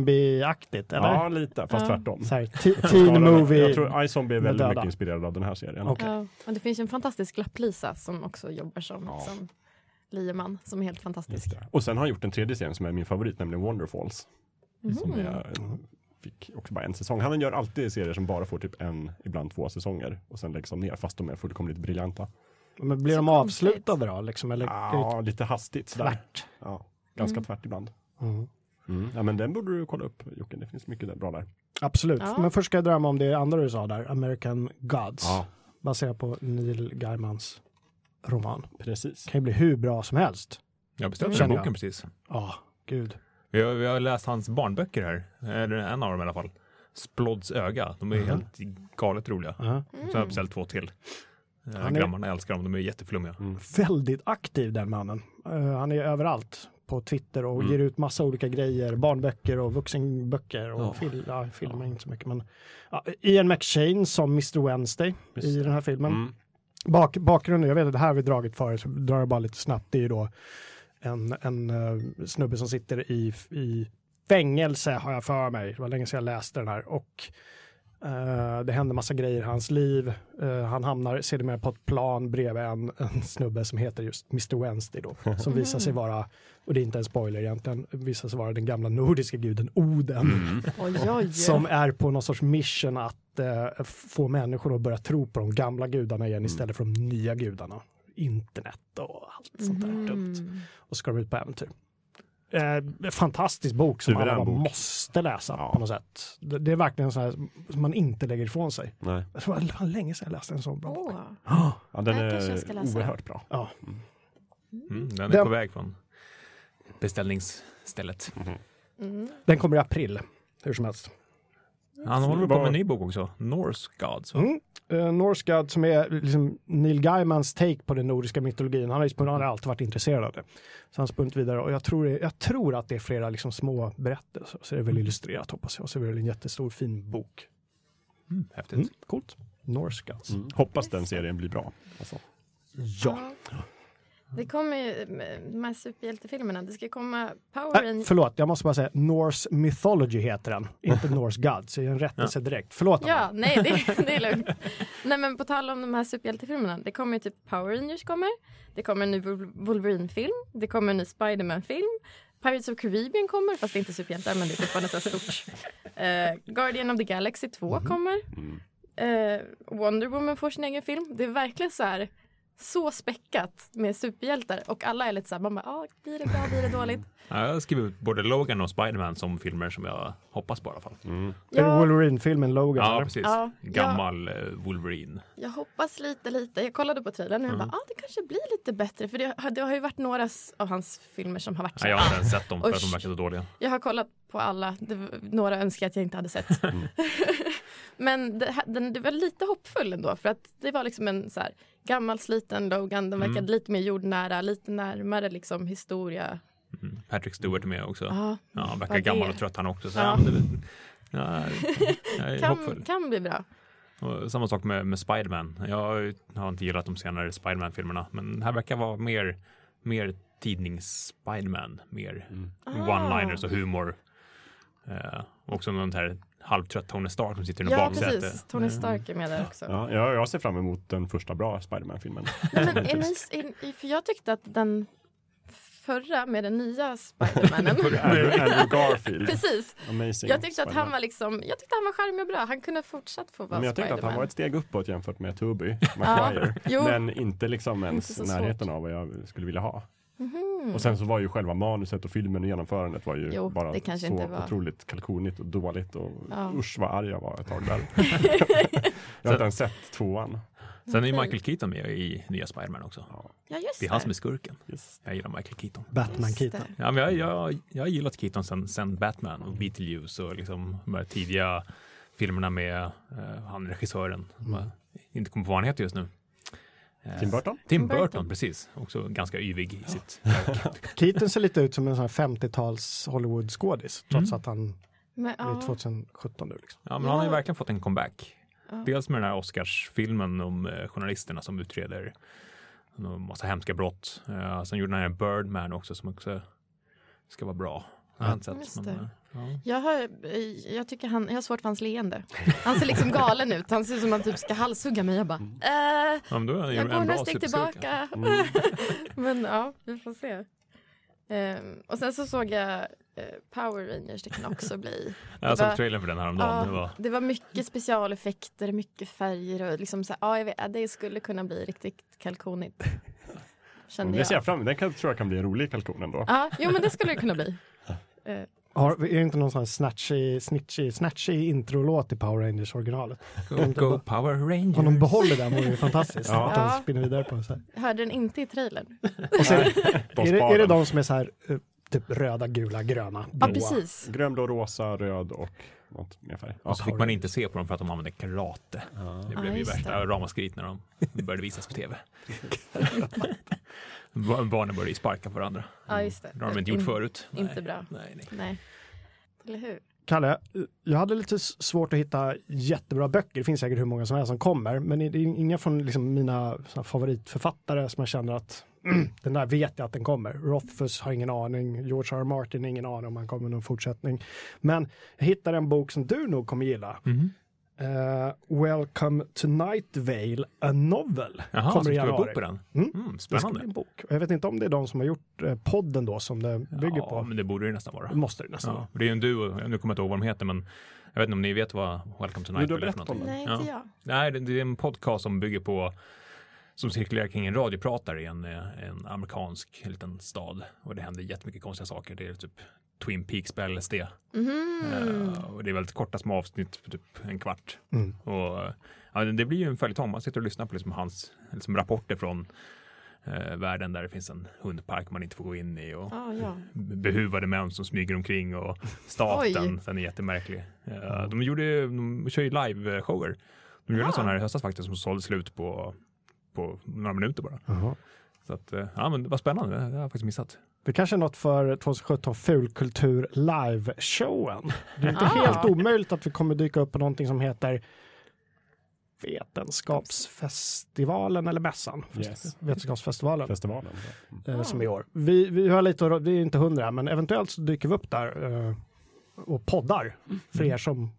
Eye-zombie-aktigt eller?
Ja, lite, fast
Ja.
tvärtom.
Så här, te- teen movie.
Jag tror iZombie är
med
väldigt
döda.
mycket inspirerad av den här serien.
Okej.
Ja. Och det finns ju en fantastisk lapplisa som också jobbar som,
Ja.
som lieman, som är helt fantastisk.
Just det. Och sen har han gjort en tredje serie som är min favorit, nämligen Wonderfalls.
Mhm.
Som
Mm.
är, fick också bara en säsong. Han gör alltid serier som bara får typ en, ibland två säsonger. Och sen läggs de ner, fast de är fullkomligt briljanta.
Men blir
Så
de
konstigt.
avslutade då? Liksom, eller?
Ja, lite hastigt sådär.
Tvärt.
Ja, ganska tvärt ibland.
Mm.
Mm. Ja, men den borde du kolla upp Jocke, det finns mycket där, bra där.
Absolut,
Ja.
men först ska jag drömma om det andra du sa där, American Gods, baserat på Neil Gaimans roman.
Precis.
Kan ju bli hur bra som helst.
Jag beställde den
Känner jag.
boken precis.
Ja, gud.
Vi har, vi har läst hans barnböcker här, eller en av dem i alla fall. Splods öga, de är
Mhm.
helt galet roliga.
Ja.
Sen har jag beställt två till. Eh,
Mm. Han är- Mm.
Grabbarna älskar dem, de är jätteflummiga.
Väldigt aktiv den mannen. Eh, han är överallt på Twitter och ger ut massa olika grejer, barnböcker och vuxenböcker och fil- ja, filmer, inte så mycket. Men, ja, Ian McShane som Mr Wednesday i den här filmen.
Mm.
Bak, bakgrunden, jag vet att det här har vi dragit förut, så drar jag bara lite snabbt, det är ju då en, en eh, snubbe som sitter i, i fängelse har jag för mig, det var länge sedan jag läste den här och eh, det händer massa grejer i hans liv. Eh, han hamnar sedermera på ett plan bredvid en, en snubbe som heter just Mr Wednesday då, som visar sig vara, och det är inte en spoiler egentligen, visar sig vara den gamla nordiska guden Oden
Oj, oj.
som är på någon sorts mission att eh, få människor att börja tro på de gamla gudarna igen istället för de nya gudarna. Internet och allt sånt där dumt.
Mm.
Och ska de ut på äventyr. Eh, fantastisk bok som
Suverän
alla bara
bok.
måste läsa
Ja.
på något sätt. Det, det är verkligen så här som man inte lägger ifrån sig.
Nej.
Det var det var länge sedan jag läste en sån bra bok.
Åh.
Ja.
Ja, den
Den
är
kanske jag ska läsa.
oerhört bra.
Ja.
Mm, den är
Den-
på väg från beställningsstället.
Mm.
Den kommer i april, hur som helst.
Han håller på
Bara-
med en ny bok också, Norse Gods. va?
Mm. Eh, Norse God som är liksom Neil Gaimans take på den nordiska mytologin. Han har ju spunnit, han har alltid varit intresserad av det. Så han har spunnit vidare och jag tror, det- jag tror att det är flera liksom små berättelser. Så det är väl
Mm.
illustrerat hoppas jag. Och så är det väl en jättestor fin bok.
Mm, häftigt.
Mm. Coolt. alltså. Norse Gods.
Mm. Hoppas den serien blir bra. Alltså.
Ja.
Det kommer ju, de här superhjältefilmerna, det ska komma Power
Äh,
Rangers.
förlåt, jag måste bara säga Norse Mythology heter den. Inte Norse Gods. Det är en rättelse direkt. Förlåt.
Ja,
Anna.
nej det, det är lugnt. Nej men på tal om de här superhjältefilmerna. Det kommer ju typ Power Rangers kommer. Det kommer en ny Vol- Wolverine-film. Det kommer en ny Spiderman-film. Pirates of Caribbean kommer, fast det är inte superhjältar men det är fortfarande så här stort. Eh, Guardian of the Galaxy 2 kommer.
Mm.
Eh, Wonder Woman får sin egen film. Det är verkligen så här så späckat med superhjältar och alla är lite så här, man bara, ah, blir det bra, blir det dåligt?
Ja, jag har skrivit ut både Logan och Spiderman som filmer som jag hoppas på i alla fall.
Mm.
Är det Wolverine-filmen Logan?
Ja,
eller?
precis.
Ja,
Gammal eh, Wolverine.
Jag hoppas lite, lite. Jag kollade på trailern och jag bara, ah, det kanske blir lite bättre. För det, har- det har ju varit några s- av hans filmer som har varit så.
Nej, jag har inte ens sett dem för att de
Usch.
verkar så dåliga.
Jag har kollat på alla. Det, var- några önskar jag att jag inte hade sett. Men det, här- den, det var lite hoppfull ändå. För att det var liksom en så här, gammal sliten Logan. Den verkade lite mer jordnära, lite närmare liksom historia.
Mm. Patrick Stewart är med också.
Ja,
Ja, han verkar
vad det-
gammal och trött han också. Så
Ja.
ja. men det, ja, jag är
kan,
hoppfull.
kan bli bra.
Och samma sak med, med Spiderman. Jag har inte gillat de senare Spiderman-filmerna, men här verkar vara mer, mer tidnings-Spiderman, mer one-liners och
Ah.
humor. Eh, också någon här halvtrött Tony Stark som sitter i något
Ja,
baksäte.
precis. Tony Stark är med där också.
Ja, jag, jag ser fram emot den första bra Spiderman-filmen.
Nej, men är ni, är, för jag tyckte att den förra med den nya Spidermanen.
Andrew, Andrew Garfield.
Precis.
Amazing
Jag tyckte att han
Spider-Man.
var liksom, jag tyckte han var charmig och bra. Han kunde fortsatt få vara
Men jag tyckte att han
Spider-Man.
var ett steg uppåt jämfört med Tobey Maguire.
Jo.
Men inte liksom ens
Inte så
närheten
svårt. Mhm.
av vad jag skulle vilja ha. Och sen så var ju själva manuset och filmen och genomförandet var ju
Jo,
bara
det kanske
så
inte var.
otroligt kalkonigt och dåligt och
Ja.
usch vad arg jag var ett tag där. jag har inte ens sett tvåan.
Sen är ju Michael Keaton med i nya Spiderman också.
Ja just
Det är han som är skurken.
Yes.
Jag gillar Michael Keaton.
Batman Keaton.
Ja, men jag, jag, jag har gillat Keaton sen, sen Batman och Beetlejuice och liksom de här tidiga filmerna med eh, han regissören. som jag Inte kommer på vad han heter just nu. Eh,
Mm. Tim Burton?
Tim
Burton.
Burton, precis. Också ganska yvig i sitt...
Keaton ser lite ut som en sån här 50-tals Hollywood-skådis. Trots att han
Men,
är
Mm. ja.
2017 nu. Liksom.
Ja, men han har ju
Ja.
verkligen fått en comeback. Dels med den här Oscarsfilmen om eh, journalisterna som utreder en massa hemska brott. Eh, sen gjorde han den här Birdman också som också ska vara bra. Jag har inte sett,
Just
men,
det.
eh, ja.
Jag, har, eh, jag, tycker han, jag har svårt för hans leende. Han ser liksom galen ut. Han ser ut som att han typ ska halshugga mig. Jag bara,
Mm.
eh,
Ja, men då är han ju
jag
en
går
bra
några steg
superskurk.
tillbaka. Men ja, vi får se. Ehm, och sen så såg jag eh, Power Rangers, det kan också bli.
Jag såg
var-
trailern för den häromdagen.
Ja,
Det var...
det var mycket specialeffekter, mycket färger och liksom så här, ja, jag vet, ja, det skulle kunna bli riktigt kalkonigt. Kände
Det ser
jag.
jag fram emot. Den kan, tror jag kan bli en rolig kalkon ändå.
Ja, jo men det skulle det kunna bli.
Har, är det inte någon sån här snatchy, snitchy, snatchy introlåt i Power Rangers originalet?
Go, go Power
Om de
Rangers.
behåller den vore ju fantastiskt.
Ja.
Att de
Ja.
spinner vidare på det så här.
Jag hörde den inte i trailern.
Och sen,
De
är, det,
sparen.
är det de som är så här eh, typ röda, gula, gröna,
Ja,
blåa?
precis.
Grön, blå, rosa, röd och något mer färg.
Och så fick man inte se på dem för att de använde karate. Det blev
Ja,
ju
just
värsta
det.
ramaskrit när de började visas på tv. Bar- Barnen började ju sparka på varandra.
Ja, just det.
Det har de inte gjort
In-
förut. Nej.
Inte bra.
Nej, nej.
Nej. Eller hur?
Kalle, eh, jag hade lite s- svårt att hitta jättebra böcker. Det finns säkert hur många som helst som kommer, men det är inga från liksom mina så här favoritförfattare som jag känner att mm, den där vet jag att den kommer. Rothfuss har ingen aning, George R. R. Martin ingen aning om han kommer med någon fortsättning. Men jag hittade en bok som du nog kommer gilla.
Mhm.
Eh, Welcome to Night Vale, a novel.
Jaha,
kommer
så
i
ska vi bo
januari.
på den?
Mm.
Mm,
Det ska bli
spännande.
en bok. Och Jag vet inte om det är de som har gjort eh, podden då som det bygger
ja,
på.
men det borde det nästan vara.
Det måste det nästan
Ja, det är ju en duo, nu kommer jag inte ihåg vad de heter, men jag vet inte om ni vet vad Welcome to
Men
Night
du har
Vale är för
berättat om
någonting.
Nej,
Ja.
inte jag.
Nej, det, det är en podcast som bygger på som cirkulerar kring en radiopratare i en, eh, en amerikansk liten stad och det händer jättemycket konstiga saker. Det är typ Twin Peaks på LSD
Mhm.
Eh, och det är väldigt korta små avsnitt på typ en kvart.
Mm.
Och, eh, ja, det blir ju en följetong. Man sitter och lyssnar på liksom hans liksom rapporter från eh, världen där det finns en hundpark man inte får gå in i och
Ah, ja.
behuvade män som smyger omkring och staten,
Oj.
den är jättemärklig. Eh, De, gjorde, de kör ju live-shower. De gjorde en
Ah.
sån här i höstas faktiskt som sålde slut på, på några minuter bara.
Jaha.
Så att, eh, ja men det var spännande, det har jag faktiskt missat.
Det kanske är något för 2017 Fulkultur live-showen. Det är inte
Ah.
helt omöjligt att vi kommer dyka upp på någonting som heter Vetenskapsfestivalen eller mässan.
Yes.
Vetenskapsfestivalen
Festivalen.
Ah.
eh, som i år. Vi, vi har lite, att- det är inte hundra, men eventuellt så dyker vi upp där eh, och poddar för er som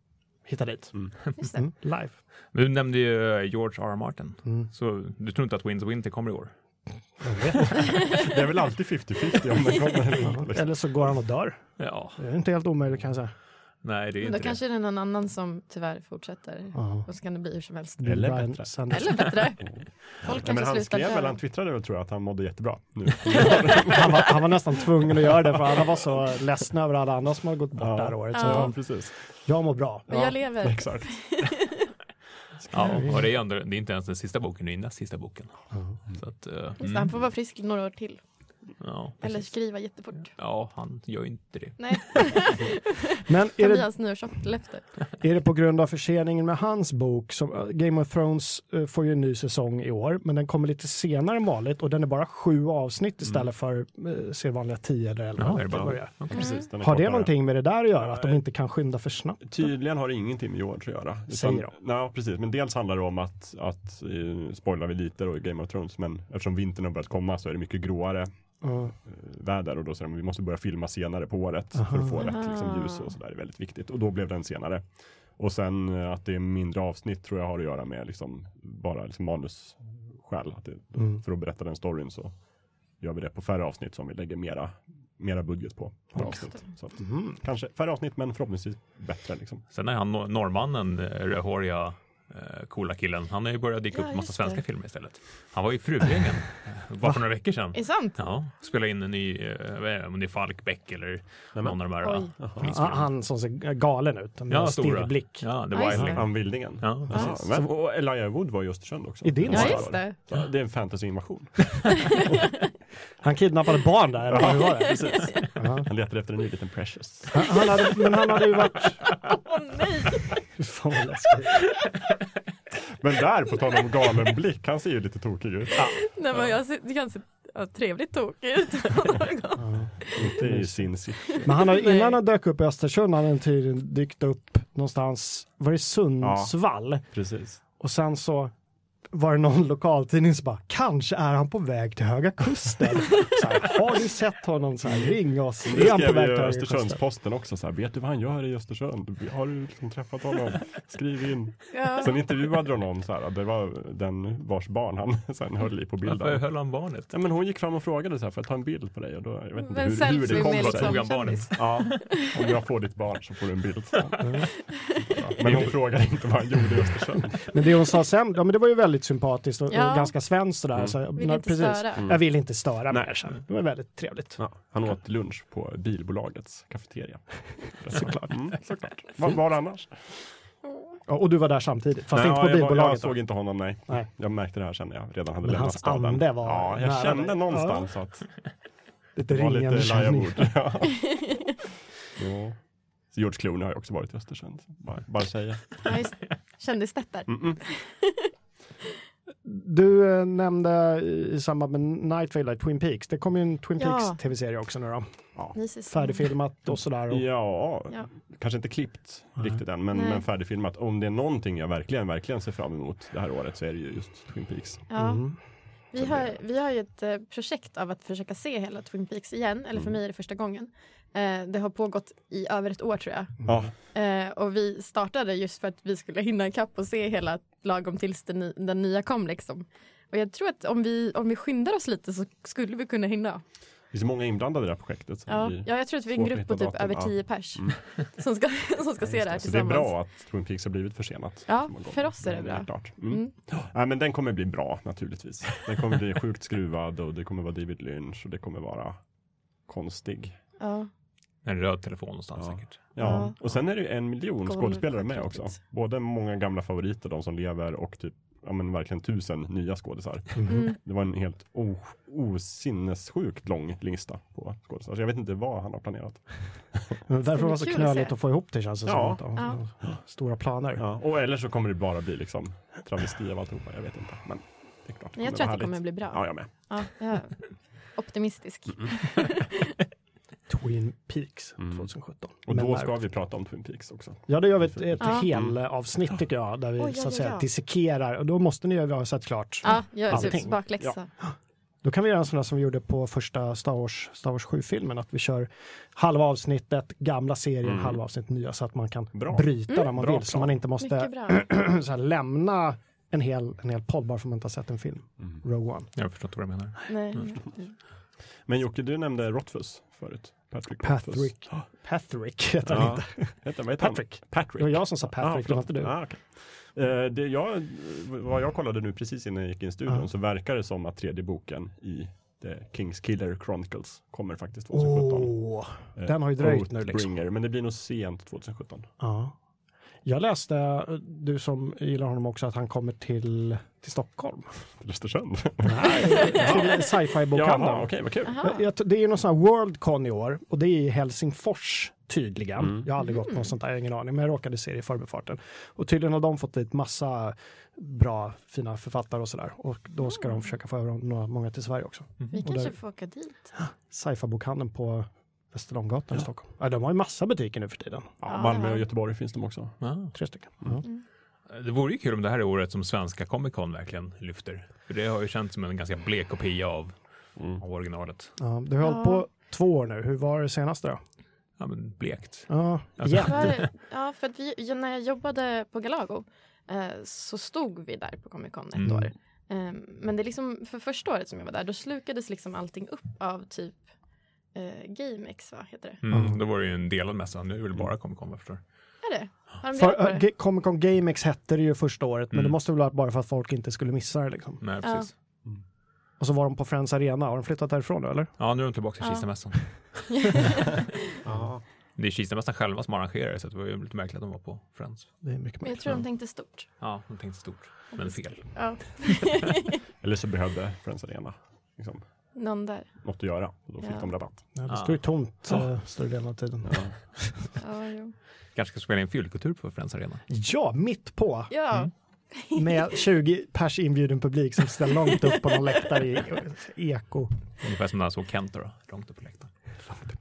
hittar dit.
Mm. Just det.
Mm, live.
Men Du nämnde ju eh, George R. R. Martin,
Mm.
så du tror inte att Winds of Winter kommer i år?
Det är väl alltid 50-50 om den kommer eller inte. Liksom.
Eller så går han och dör.
Ja,
Det är inte helt omöjligt kan jag säga.
nej det
Men
är inte
då
det.
kanske det är någon annan som tyvärr fortsätter.
Ja.
Och så kan det bli hur som helst.
Det blir
Eller
Bryan
bättre.
Sanderson.
Eller bättre. Folk
Ja, men
kanske
han
slutar
skrev väl,
köra.
han twittrade väl tror jag att han mådde jättebra nu.
Han var, han var nästan tvungen att göra det för alla var så ledsna över alla andra som har gått bort
Ja.
det här året. Så
Ja,
de-
precis.
jag mår bra.
Men jag lever.
Exakt.
Ja, och det är, ändå, det är inte ens den sista boken, det är näst sista boken. Så att, eh,
Just det, han
mm,
får vara frisk några år till.
ja,
Eller
precis.
skriva jättefort.
ja, han gör ju inte det.
Nej,
Men
det
är
blir
det,
hans nyårslöfte.
är det på grund av förseningen med hans bok som äh, Game of Thrones äh, får ju en ny säsong i år, men den kommer lite senare än vanligt och den är bara sju avsnitt istället för eh, sedvanliga tio eller elva.
Mm. Ja,
när
är det
den
bara-
börjar.
Mm.
Precis, den är
Har det
kortare.
någonting med det där att göra, att de inte kan skynda för snabbt?
Tydligen har det ingenting med George att göra. Utan,
Säger de.
Nej, precis. Men dels handlar det om att, att eh, spoilar vi lite då i Game of Thrones, men eftersom vintern har börjat komma så är det mycket gråare eh,
Ja.
väder och då säger de vi måste börja filma senare på året för att få rätt liksom, ljus och sådär är väldigt viktigt. Och då blev den senare. Och sen eh, att det är mindre avsnitt tror jag har att göra med liksom, bara liksom, manusskäl. Att det,
Mm.
För att berätta den storyn så gör vi det på färre avsnitt som vi lägger mera, mera budget på. Per avsnitt. Så att,
Mm.
Kanske färre avsnitt men förhoppningsvis bättre. Liksom.
Sen är han nor- norrmannen, eh, rödhåriga, eh, coola killen. Han har ju börjat dyka
Ja,
upp i massa
just
svenska
det.
filmer istället. Han var ju i Frugängen, eh, bara för några veckor sedan.
Är det sant?
Ja, spelade in en ny, eh, jag vet inte om det är Falkbäck eller någon av de här.
Oj.
eh,
Ah,
polisfilmerna.
Han som ser galen ut, med
ja,
en
stora.
stirrig blick.
Ja, The
Ja, just
Wildling.
det.
Han Vildingen.
Ja,
Jaha,
precis.
men, och Elijah Wood var i Östersund också.
I din
Ja, just det.
Så det är en fantasy-invasion.
Han kidnappade barn där, eller hur var det? Ja.
Han letar efter en ny liten precious.
Han, han hade, men han hade ju varit...
Åh nej!
Fan vad läskigt.
Men där, på tal om galen blick, han ser ju lite tokig ut.
nej men jag ser, det kan se ja, trevligt tokig ut.
Inte i sin city.
Men han har,
Nej.
innan han dök upp i Östersund hade han tydligen dykt upp någonstans, var det Sundsvall?
Precis.
Och sen så var det någon lokaltidning som bara, kanske är han på väg till Höga Kusten. så här, har ni sett honom? Så här, ring oss.
Det
Är han på
skrev
väg till
ju
Höga Kusten?
Östersundsposten också. Så här, Vet du vad han gör i Östersund? Har du liksom träffat honom? Skriv in.
Ja.
Sen intervjuade de någon, så här, det var den vars barn han sen höll i på
Varför
bilden.
höll han barnet?
Ja, men hon gick fram och frågade så här, för att ta en bild på dig? Och då, jag vet inte
Men
hur, hur det
selfie
kom
med
sig.
tog han
liksom
barnet.
kändis.
Ja, om jag får ditt barn så får du en bild.
Mm.
Men hon frågade inte vad han gjorde i Östersund.
Men det hon sa sen, ja men det var ju väldigt sympatiskt och,
Ja.
och ganska svenskt sådär. Så, jag-
Vill
nej, Mm.
inte störa.
Jag vill inte störa
Nej.
människan. Det var väldigt trevligt.
han åt lunch på bilbolagets kafeteria. Såklart. Mm, såklart. Var, var annars?
Ja, och du var där samtidigt, fast
Nej,
inte på
jag, var- jag
bilbolaget. då.
såg inte honom, nej.
Nej.
Jag märkte det här sen när jag redan hade
Men
lämnat
hans
staden.
ande var
ja, jag
nära
kände
dig.
någonstans att
Lite
det var lite
ringande
Elijah
känning.
Wood. Ja. Ja. Så George Clooney har ju också varit i Östersund. Bara, bara säga.
Ja, just det. Kändisdettar.
Du eh, nämnde i samband med Night Vale, Twin Peaks. Det kom ju en Twin
Ja.
Peaks tv-serie också nu då.
Ny säsong.
Färdigfilmat och sådär. Och,
Mm. Ja,
Ja.
kanske inte klippt riktigt än, men,
Nej.
men färdigfilmat. Om det är någonting jag verkligen, verkligen ser fram emot det här året så är det ju just Twin Peaks.
Ja.
Mm.
Vi har, vi har ju ett eh, projekt av att försöka se hela Twin Peaks igen. Eller för mig är det första gången. Eh, det har pågått i över ett år tror jag.
Ja,
Eh, och vi startade just för att vi skulle hinna ikapp och se hela lagom tills den, ny- den nya kom. Liksom. Och jag tror att om vi, om vi skyndar oss lite så skulle vi kunna hinna.
det är så många inblandade i det här projektet. så
Ja,
det blir-
ja jag tror att vi är en
svårt att
grupp på
hitta
typ
datum,
över
ja.
tio pers som ska, som ska se det här
så det är
tillsammans.
bra att Twin Peaks har blivit försenat.
Ja,
så många
för oss är det
gånger.
bra.
Helt Klart. Mm. Ja, men den kommer bli bra naturligtvis. Den kommer bli sjukt skruvad och det kommer vara David Lynch och det kommer vara konstig.
Ja.
En röd telefon någonstans
Ja.
säkert.
Ja,
Ja.
och sen är det ju en miljon
Golv-
skådespelare med också.
tråkigt.
Både många gamla favoriter, de som lever och typ ja, men verkligen tusen nya skådisar.
Mm.
Det var en helt o- osannessjukt lång lista på skådisar. Så jag vet inte vad han har planerat.
Men därför
bli
var det så
kul att
knöligt
se.
att få ihop det känns det
Ja.
som. att- Stora planer.
Ja. Och eller så kommer det bara bli liksom travesti av alltihopa. Jag vet inte. Men det är klart.
Men jag
det
tror
var
att det kommer
härligt.
bli bra.
Ja, Mm. jag med.
Ja, jag är optimistisk.
Twin Peaks
Mm.
2017.
Och
Men
då
där-
ska vi prata om Twin Peaks också.
Ja, det gör vi ett, ett
Ja.
helavsnitt tycker jag, där vi
Oj, ja,
så att
ja,
säga
ja.
dissekerar. Och då måste ni ju ha sett klart.
Ja, jag är typ
Allting.
bakläxa.
Då kan vi göra en sån där som vi gjorde på första Star Wars, Star Wars 7-filmen, att vi kör halva avsnittet gamla serien,
Mm.
halva avsnitt nya, så att man kan
Bra.
bryta när man
Bra
vill, så
plan.
man inte måste
Mm. Mycket bra.
så här, lämna en hel, en hel podd bara för att man inte har sett en film.
Mm.
Rogue One.
Jag förstår inte vad du menar.
Nej.
Mm.
Men Jocke, du nämnde Rothfuss förut. Patrick Rothfuss.
Patrick. Patrick heter han inte.
Heter, vad heter han?
Patrick.
Patrick.
Det var jag som sa
Ah,
Patrick, det var
förlåt.
inte du.
Ah, okej. Eh, det jag, vad jag kollade nu precis innan jag gick in i studion
Ah.
så verkar det som att tredje boken i The Kings Killer Chronicles kommer faktiskt 2017.
Åh,
Eh,
den har ju dröjt nu liksom.
Outbringer, Men det blir nog sent 2017.
Ja. Jag läste, du som gillar honom också, att han kommer till, till Stockholm.
Till Östersund.
till sci-fi-bokhandeln.
Jaha, okej, vad kul.
Jag- jag tror- Det är ju någon sån här Worldcon i år och det är i Helsingfors tydligen. Jag har aldrig gått på något sånt där, jag har ingen aning, men jag råkade se det i förbifarten. Och tydligen har de fått dit massa bra, fina författare och sådär. Och då ska de försöka få över några, många till Sverige också.
Mhm.
Vi
Och där-
kanske får åka dit.
Sci-fi-bokhandeln på Västerlånggatan i Stockholm. Ja, de har ju massa butiker nu för tiden.
Ja,
Ja.
Malmö och Göteborg finns de också.
Ah.
Tre stycken. Ja.
Mm.
Det vore ju kul om det här är året som svenska Comic Con verkligen lyfter. För det har ju känts som en ganska blek kopia av,
Mm.
av originalet.
Ja, du har hållit
Ja.
på två år nu, hur var det senaste då?
Ja, men blekt.
Ja,
Alltså-
igen.
För, ja, för att vi, ja, när jag jobbade på Galago eh, så stod vi där på Comic Con ett
Mm.
år. Eh, men det är liksom, för första året som jag var där, då slukades liksom allting upp av typ eh, GameX, va, heter det?
Mm,
Ja.
Då var det ju en delad mässa. Nu är
Mm.
det väl bara Comic Con, vad jag förstår.
Är det? Har de delat på
För,
det?
äh, Comic Con GameX hette det ju första året, men
Mm.
det måste väl vara bara för att folk inte skulle missa det liksom.
Nej, precis.
Och så var de på Friends Arena, har de flyttat därifrån nu eller?
Ja, nu är de tillbaka till
Ja.
Kistamässan. Det är Kistamässan själva som arrangerar det, så det var ju lite märkligt att de var på Friends.
Det är mycket
Men jag
möjligt.
tror de tänkte stort.
Ja, de tänkte stort, men fel.
Ja,
Eller så behövde Friends Arena liksom,
någon där.
något att göra. Och då fick
Ja.
de rabatt.
Ja, det
Ja.
står ju tomt eh, större delen av tiden. Ja,
Ja, jo.
Kanske ska spela in fyllkultur på Friends Arena.
mitt på
ja.
Mm. med 20 pers inbjuden publik som ställer långt upp på någon läktare i i eko.
Ungefär som när han såg Kent då, långt upp på läktaren.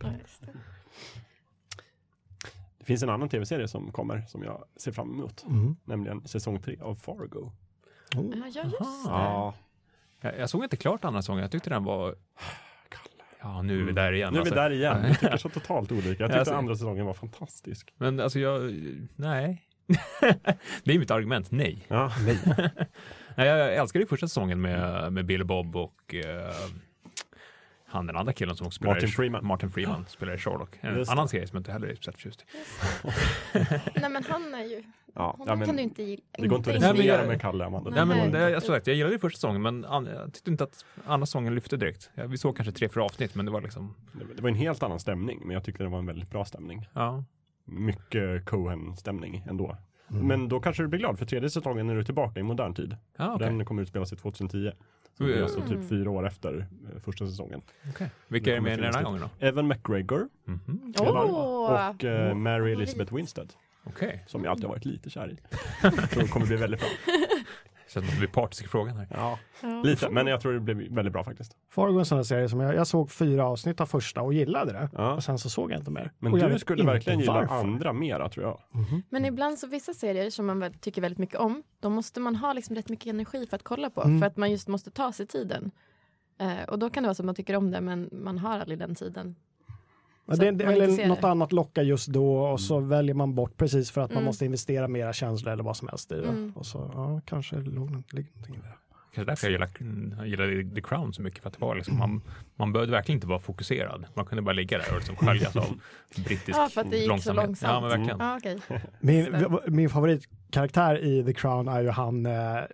ja just det.
Det finns en annan tv-serie som kommer som jag ser fram emot.
Mm.
Nämligen säsong tre av Fargo.
Oh.
Ja, ja, just det.
Ja,
Jag, jag såg inte klart andra säsongen, jag tyckte den var... Ja, nu är vi där igen.
Mm. nu är vi
alltså.
där igen. Vi tycker så totalt olika. Jag tyckte
Alltså-
andra säsongen var fantastisk.
Men alltså jag, nej. det är mitt argument, nej.
Ja, nej.
nej jag älskade ju första säsongen med, med Bill Bob och eh, han den andra killen som också spelar
Martin Freeman.
Martin Freeman spelar i Sherlock. En
Just det.
annan serie som jag inte heller är speciellt förtjust i.
Nej, men han är ju...
Ja,
Honom
ja, men
kan du inte gilla.
det går inte att
Nej, men
resonera
jag-
med Kalle Amanda.
Nej, men,
Nej.
det, jag, som sagt, jag gillade ju första säsongen men an, jag tyckte inte att andra säsongen lyfte direkt. Ja, Vi såg kanske tre, fyra avsnitt men det var liksom,
Det var en helt annan stämning, men jag tyckte det var en väldigt bra stämning.
ja.
Mycket Cohen-stämning ändå. Men då kanske du blir glad, för tredje säsongen är du tillbaka i modern tid.
ja okay.
Den kommer utspela sig 2010. Så det är alltså typ fyra år efter eh, första säsongen.
Vilka är det
kommer
med den här
finnas
gången då?
Evan McGregor
Mhm.
Åh!
spelar och eh, Mary Elizabeth Winstead,
Okej,
som jag alltid har varit lite kär i. Så det kommer bli väldigt bra.
känns som att vi är partiska i frågan här.
Ja, lite, men jag tror det blir väldigt bra faktiskt.
Fargo är en sån här serie som jag, jag såg fyra avsnitt av första och gillade det.
Ja.
Och sen så såg jag inte mer.
Men
Alltså, och jag
du
vet
skulle
inte
verkligen gilla
varför.
andra mera tror jag.
Men ibland så vissa serier som man väl tycker väldigt mycket om, de måste man ha liksom rätt mycket energi för att kolla på,
Mm.
för att man just måste ta sig tiden. Eh, och då kan det vara så att man tycker om det, men man har aldrig den tiden.
Ja,
Så
det,
att
det,
man inte
eller
ser
något
det.
annat lockar just då och så
Mm.
väljer man bort precis för att man
Mm.
måste investera mera känslor eller vad som helst i det.
Mm.
Och så ja, kanske låg något- ligger någonting i det.
Kanske därför jag gillar- gillade The Crown så mycket. För att det var liksom, man, man behövde verkligen inte vara fokuserad. Man kunde bara ligga där och liksom sköljas av brittisk
Ja, för att det gick så
långsamhet.
långsamt. Mm.
Ja, men verkligen.
Ja, okej.
Min, min favorit karaktär i The Crown är ju han eh, eh,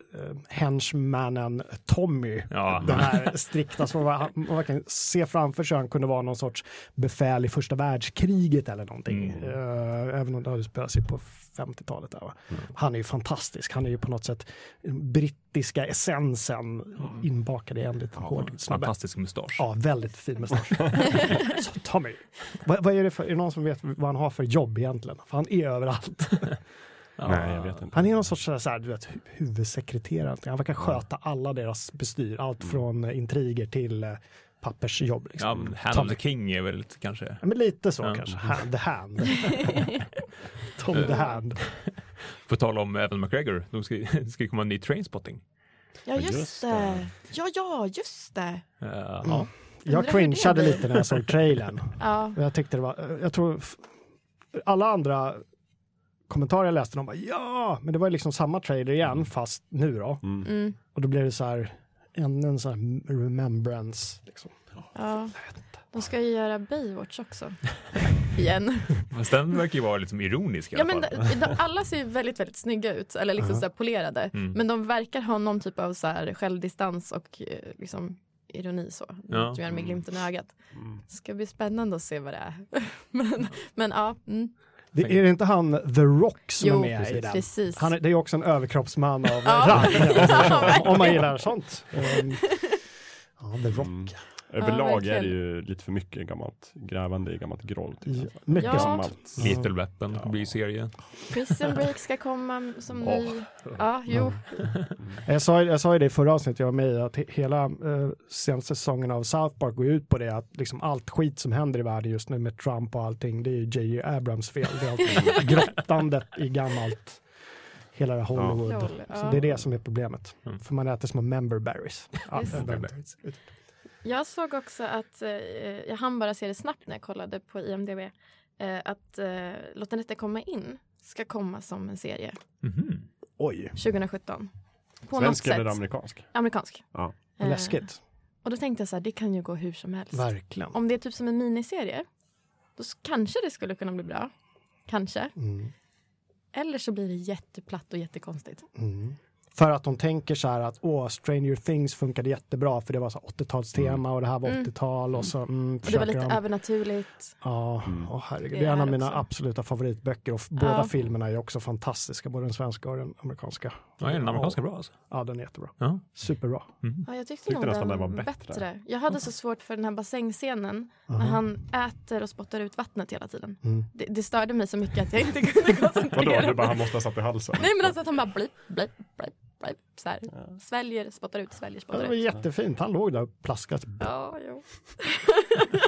henchmannen Tommy.
Ja.
Den här strikta som man, man verkligen ser framför sig han kunde vara någon sorts befäl i första världskriget eller någonting.
Mm.
Eh, även om det utspelar sig på 50-talet. Där, va?
Mm.
Han är ju fantastisk. Han är ju på något sätt brittiska essensen
Mm.
inbakad i en liten hård snubbe.
Fantastisk mustasch.
Ja, väldigt fin mustasch. Så, Tommy, vad, vad är det för, är det någon som vet vad han har för jobb egentligen? För han är överallt.
Ja.
Nej, jag vet inte.
Han är någon sorts så här, du vet, hu- huvudsekreterare. eller någonting. Han verkar sköta alla deras bestyr, allt från eh, intriger till eh, pappersjobb. Liksom.
Mm. Ja, men Hand of the King är väl lite kanske.
Ja, men lite så
Ja.
kanske. Hand, the hand. Tom the hand.
På tal om Evan McGregor, de ska, det ska ju komma en ny Trainspotting.
Ja, just,
Just
det.
det.
Ja, ja, just det.
Uh,
Ja.
Undrar hur
Jag
det
cringeade
blir.
lite när jag såg trailern.
Ja.
Och Jag tyckte det var, eh, jag tror f- alla andra kommentarer jag läste, de bara ja, men det var ju liksom samma trailer
Mm.
igen, fast nu då.
Mm.
Och då blev det så här, ännu en sån här remembrance. Liksom.
ja. De ska ju göra Baywatch också. Igen.
Fast den verkar ju vara liksom ironisk i
Ja,
alla
men
fall.
de, de, alla ser ju väldigt, väldigt snygga ut, eller liksom så här polerade.
Mm.
Men de verkar ha någon typ av så här självdistans och eh, liksom ironi så.
Ja.
Som gör med glimten i ögat.
Mm.
ska bli spännande att se vad det är. men, men ja, mm.
Det, är det inte han The Rock som är
jo,
med i den?
precis.
Han är, det är också en överkroppsman av
Ja.
rang,
Ja,
om man gillar sånt. Ehm, ja, The Rock.
Mm. Överlag är
verkligen.
det ju lite för mycket gammalt grävande i gammalt groll. Till
Ja,
exempel.
Mycket
Ja.
sånt.
Gammalt.
Little Weapon blir ju serie.
Prison Break ska komma som
Åh.
ny. Ja, jo.
Mm.
Jag sa, jag sa ju det i förra avsnittet, jag var med i, att he- hela eh, senaste säsongen av South Park går ut på det, att liksom allt skit som händer i världen just nu med Trump och allting, det är ju J.J. Abrams fel. Det är allt grottandet i gammalt, hela det här Hollywood.
Lol,
Så
ja.
det är det som är problemet,
Mm.
för man äter små member berries. Ja,
Just
jag
det.
behöver inte-
Jag såg också att, eh, jag hann bara se det snabbt när jag kollade på IMDB, eh, att eh, Låt den inte komma in ska komma som en serie
Mhm.
Oj,
2017. På
Svensk
något
eller
sätt.
amerikansk?
Amerikansk.
Ja.
vad
Eh,
läskigt.
Och då tänkte jag så här, det kan ju gå hur som helst.
Verkligen.
Om det är typ som en miniserie, då s- kanske det skulle kunna bli bra. Kanske.
Mm.
Eller så blir det jätteplatt och jättekonstigt.
Mm. För att de tänker så här att åh, Stranger Things funkade jättebra för det var så här 80-talstema och det här var
Mm.
80-tal och så mm,
Och det var
försöker
lite
de-
övernaturligt.
Ja,
Mm.
åh, herregud.
Det
Det är en
är
av mina
också.
absoluta favoritböcker och f- båda
Ja.
filmerna är också fantastiska, både den svenska och den amerikanska.
Ja, är den amerikanska bra alltså?
Ja, den är jättebra.
Ja.
Superbra.
Ja, jag tyckte,
Tyckte
nog
nästan den
den var
var
bättre.
bättre.
Jag hade så svårt för den här bassängscenen när
Aha.
han äter och spottar ut vattnet hela tiden.
Mm.
Det, det störde mig så mycket att jag inte kunde koncentrera
Vadå, du
mig.
bara han måste ha satt i halsen?
Nej men alltså att han bara blip, blip, blip, blip, så här. Sväljer, spottar ut, sväljer,
Ja, Det
spottar
var
ut.
jättefint. Han låg där och plaskade.
Ja, jo.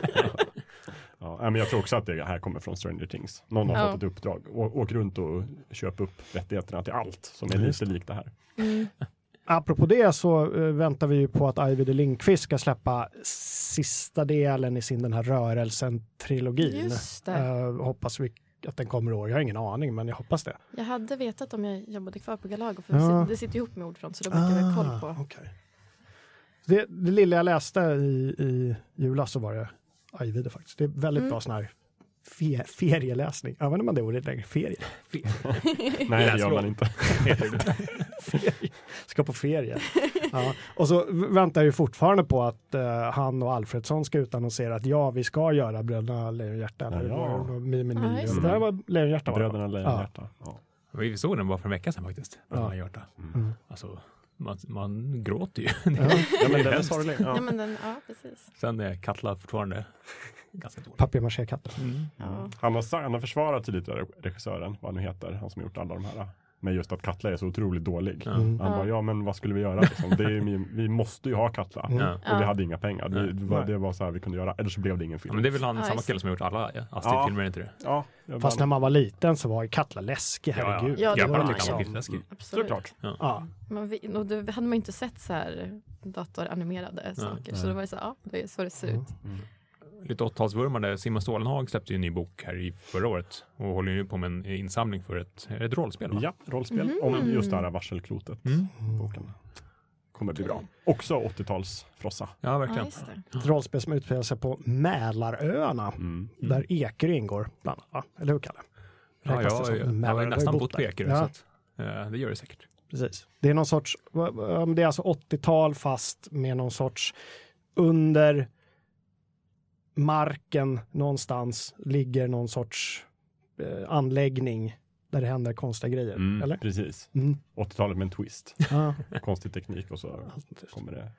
Ja, men jag tror också att det här kommer från Stranger Things. Någon har
Ja.
fått ett uppdrag. Å- Åk runt och köp upp rättigheterna till allt som är lite likt det här.
Apropå det så eh, väntar vi ju på att Ivy de Lindqvist ska släppa sista delen i sin den här rörelsen-trilogin.
Just det.
Eh, hoppas vi att den kommer i år. Jag har ingen aning, men jag hoppas det.
Jag hade vetat om jag jobbade kvar på Galago för
Ja.
det sitter ihop med ordfront så då brukar jag ha koll
Ah,
på.
okej. Det, det lilla jag läste i, i julas så var det Ajvide faktiskt. Det är väldigt
Mm.
bra sån här fe, ferieläsning. Använder man det ordet längre? Ferie?
Nej, det gör
Läslåt.
man inte.
Ska på ferie. Ja. Och så v- väntar jag ju fortfarande på att eh, han och Alfredsson ska utannonsera att ja, vi ska göra Bröderna Lejonhjärta. Eller
Ja.
ja. Mimimi.
Ja, just
det
det.
där var Lejonhjärta. va?
Bröderna Lejonhjärta. Ja.
Vi såg den bara för en vecka sedan faktiskt. Ja. Hjärta.
Mm.
Alltså, man, man gråter ju.
Ja, men den är sorglig. Ja.
Ja, men den, ja precis.
Sen är Katla fortfarande ganska dålig.
Papier-maché-katten.
Ja.
Han, har, sa- han har försvarat tidigare regissören, vad han nu heter, han som har gjort alla de här. Men just att Katla är så otroligt dålig. Han
Mm.
bara, ja men vad skulle vi göra? Liksom? Det är ju, min- vi måste ju ha Katla.
Mm.
Ja.
Och vi hade inga pengar. Vi, det, var,
Nej.
det var så här vi kunde göra, eller så blev det ingen
Ja,
film.
men det är väl han,
Ja,
samma
just-
kille som har gjort alla Astrid-filmer, är inte det?
Ja, jag
Fast när
vann.
man var liten så var ju Katla läskig, herregud.
Ja, det
Grabbarna
var
tyckte
liksom-
han var skitläskig.
Absolut.
Såklart.
Ja.
Man, vi- och då hade man ju inte sett så här datoranimerade saker. Så
nej.
då var det så här, ja, det är så det ser ut.
Lite 80-talsvurmar där. Simon Stålenhag släppte ju en ny bok här i förra året och håller ju nu på med en insamling för ett, är det ett rollspel. Va?
Ja, rollspel om just det här varselklotet.
Mm.
Boken. Kommer bli bra. Också 80-tals frossa.
ja,
Ja,
verkligen.
just det.
Ett rollspel som utspelar sig på Mälaröarna.
Mm.
Där Ekerö ingår, bland annat. va? Eller hur, Kalle?
Mm. Ja,
Räknas det
jag,
som
jag,
Mälarö?
jag har ju
Du
nästan
har ju
bott på
där.
Ekerö.
Ja.
så att- Eh, det gör det säkert.
Precis. Det är någon sorts, det är alltså 80-tal fast med någon sorts under marken någonstans ligger någon sorts eh, anläggning där det händer konstiga grejer.
Mm,
Eller?
Precis.
Mm.
80-talet med en twist.
Ja.
Konstig teknik och så kommer det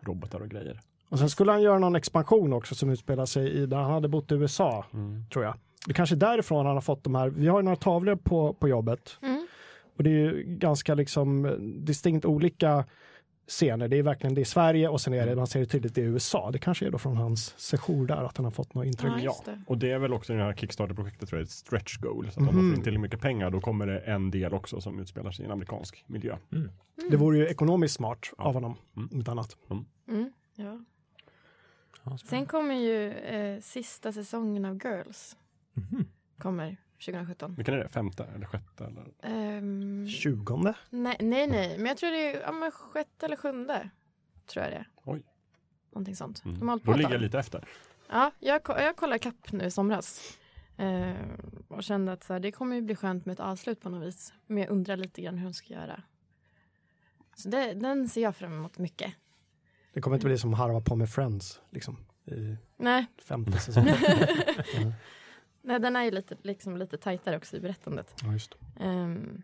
robotar och grejer.
Och sen skulle han göra någon expansion också som utspelar sig i där han hade bott i USA, tror jag. Det är kanske är därifrån han har fått de här, vi har ju några tavlor på, på jobbet
Mm.
och det är ju ganska liksom eh, distinkt olika scener. Det är verkligen det i Sverige och sen är
Mm.
det, man ser det tydligt i USA. Det kanske är då från hans sejour där att han har fått något intryck.
Ja,
Ja,
just det.
och det är väl också i det här Kickstarter-projektet tror jag, ett stretch goal. Så att om man
Mhm.
får in tillräckligt mycket pengar då kommer det en del också som utspelar sig i en amerikansk miljö.
Det vore ju ekonomiskt smart
Ja.
av honom,
Mm.
om inte annat.
Mm, ja.
Ja,
Sen kommer ju eh, sista säsongen av Girls.
Mhm.
Kommer 2017.
Vilken är det? Femte eller sjätte? Eller? mm.
Ehm,
Tjugonde?
nej, nej, nej, men jag tror det är ja, men sjätte eller sjunde. Tror jag det är.
Oj.
Någonting sånt. De har
Mm.
hållit på
Då
ett
ligger
tag.
jag lite efter.
Ja, jag, ko- jag kollade kapp nu i somras. Eh, och kände att så här, det kommer ju bli skönt med ett avslut på något vis. Men jag undrar lite grann hur hon ska göra. Så det, den ser jag fram emot mycket.
Det kommer inte bli som harva på med Friends, liksom, i
Nej,
femte säsongen.
nej den är ju lite, liksom, lite tajtare också i berättandet.
ja, just det.
Ehm,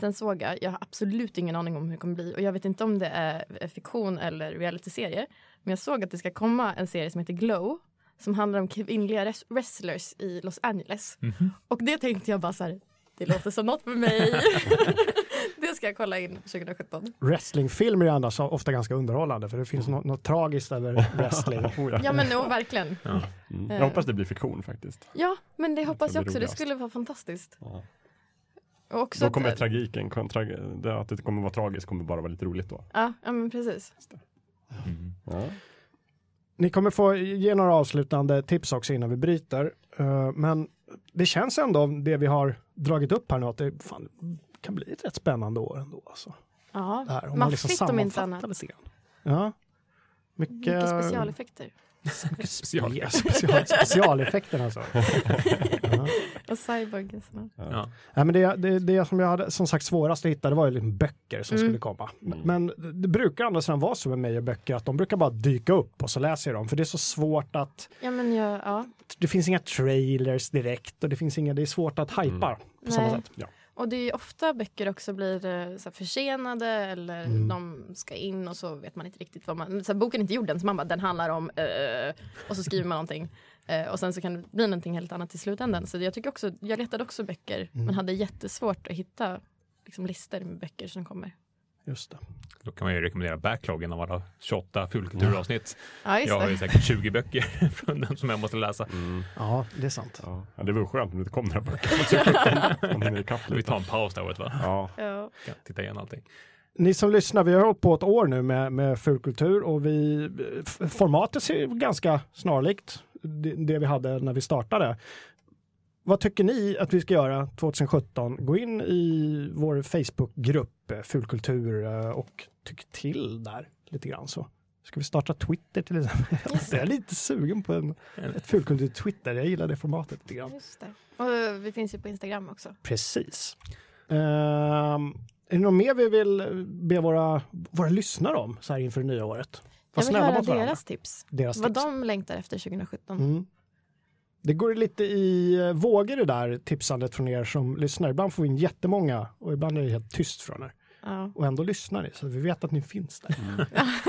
sen såg jag, jag har absolut ingen aning om hur det kommer bli. Och jag vet inte om det är fiktion eller realityserie. Men jag såg att det ska komma en serie som heter Glow. Som handlar om kvinnliga res- wrestlers i Los Angeles.
Mhm.
Och det tänkte jag bara så här, det låter som något för mig. det ska jag kolla in 2017.
Wrestlingfilmer är annars ofta ganska underhållande för det finns
Mm.
nå- något tragiskt över wrestling.
Oh, ja.
Ja Eh. men no, verkligen.
Mm. Jag hoppas det blir fiktion faktiskt.
Ja, men det hoppas
Det
jag
blir
också. Det
roligast.
skulle vara fantastiskt.
Ja.
Och också typ-
Då kommer
att,
tragiken, kon- trag- det- att det kommer vara tragiskt kommer bara vara lite roligt då. Eh.
ja, ja, men precis.
Mhm.
Ja.
Ni kommer få ge några avslutande tips också innan vi bryter. Eh, Men det känns ändå, det vi har dragit upp här nu, att det fan, kan bli ett rätt spännande år ändå. Alltså.
Ja,
Det här, om man liksom
maffigt om inte
sammanfattar
annat.
lite grann. Ja. Mycket,
Mycket specialeffekter.
mycket spe- special, specialeffekter alltså.
Och cyborgisarna.
Ja.
Nej, men det, det, det som jag hade som sagt svårast att hitta det var ju liksom böcker som
Mm.
skulle komma. Men,
Mm.
men det brukar andra sidan vara så med mig och böcker att de brukar bara dyka upp och så läser jag dem för det är så svårt att
Ja, men jag, ja.
det finns inga trailers direkt och det finns inga, det är svårt att hypa på samma
Nej.
sätt.
Ja.
Och det är ju ofta böcker också blir eh, så här, försenade eller
Mm.
de ska in och så vet man inte riktigt vad man... Så här, boken är inte gjord än så man bara, den handlar om... eh, och så skriver man någonting. Eh, och sen så kan det bli någonting helt annat i slutändan. Så jag tycker också, jag letade också böcker
Mm.
men hade jättesvårt att hitta liksom, listor med böcker som kommer.
Just det.
Då kan man ju rekommendera backloggen av alla 28 fulkulturavsnitt.
Ja, just
Jag har ju
det.
säkert 20 böcker från den som jag måste läsa.
Ja, det är sant.
Mm. Ja. Ja, det vore skönt om det kom några böcker. Man hinner ikapp
Vi
lite.
tar en paus det här året va?
Ja.
Ja.
Kan titta igen allting.
Ni som lyssnar, vi har hållit på ett år nu med, med fulkultur och vi, f- formatet ser ganska snarlikt det, det vi hade när vi startade. Vad tycker ni att vi ska göra 2017? Gå in i vår Facebookgrupp eh, Fulkultur eh, och tyck till där lite grann så. Ska vi starta Twitter till exempel? Jag är lite sugen på en, ett fulkultur-Twitter, jag gillar det formatet lite grann.
Just det. Och eh, vi finns ju på Instagram också.
Precis. Ehm, är det något mer vi vill be våra, våra lyssnare om så här inför det nya året? Var
Jag vill
snälla
höra
mot varandra.
deras tips.
deras
Vad
tips.
de längtar efter 2017.
Mm. Det går lite i eh, vågor det där tipsandet från er som lyssnar. Ibland får vi in jättemånga och ibland är det helt tyst från er.
Ja.
Och ändå lyssnar ni, så vi vet att ni finns där.
Mm.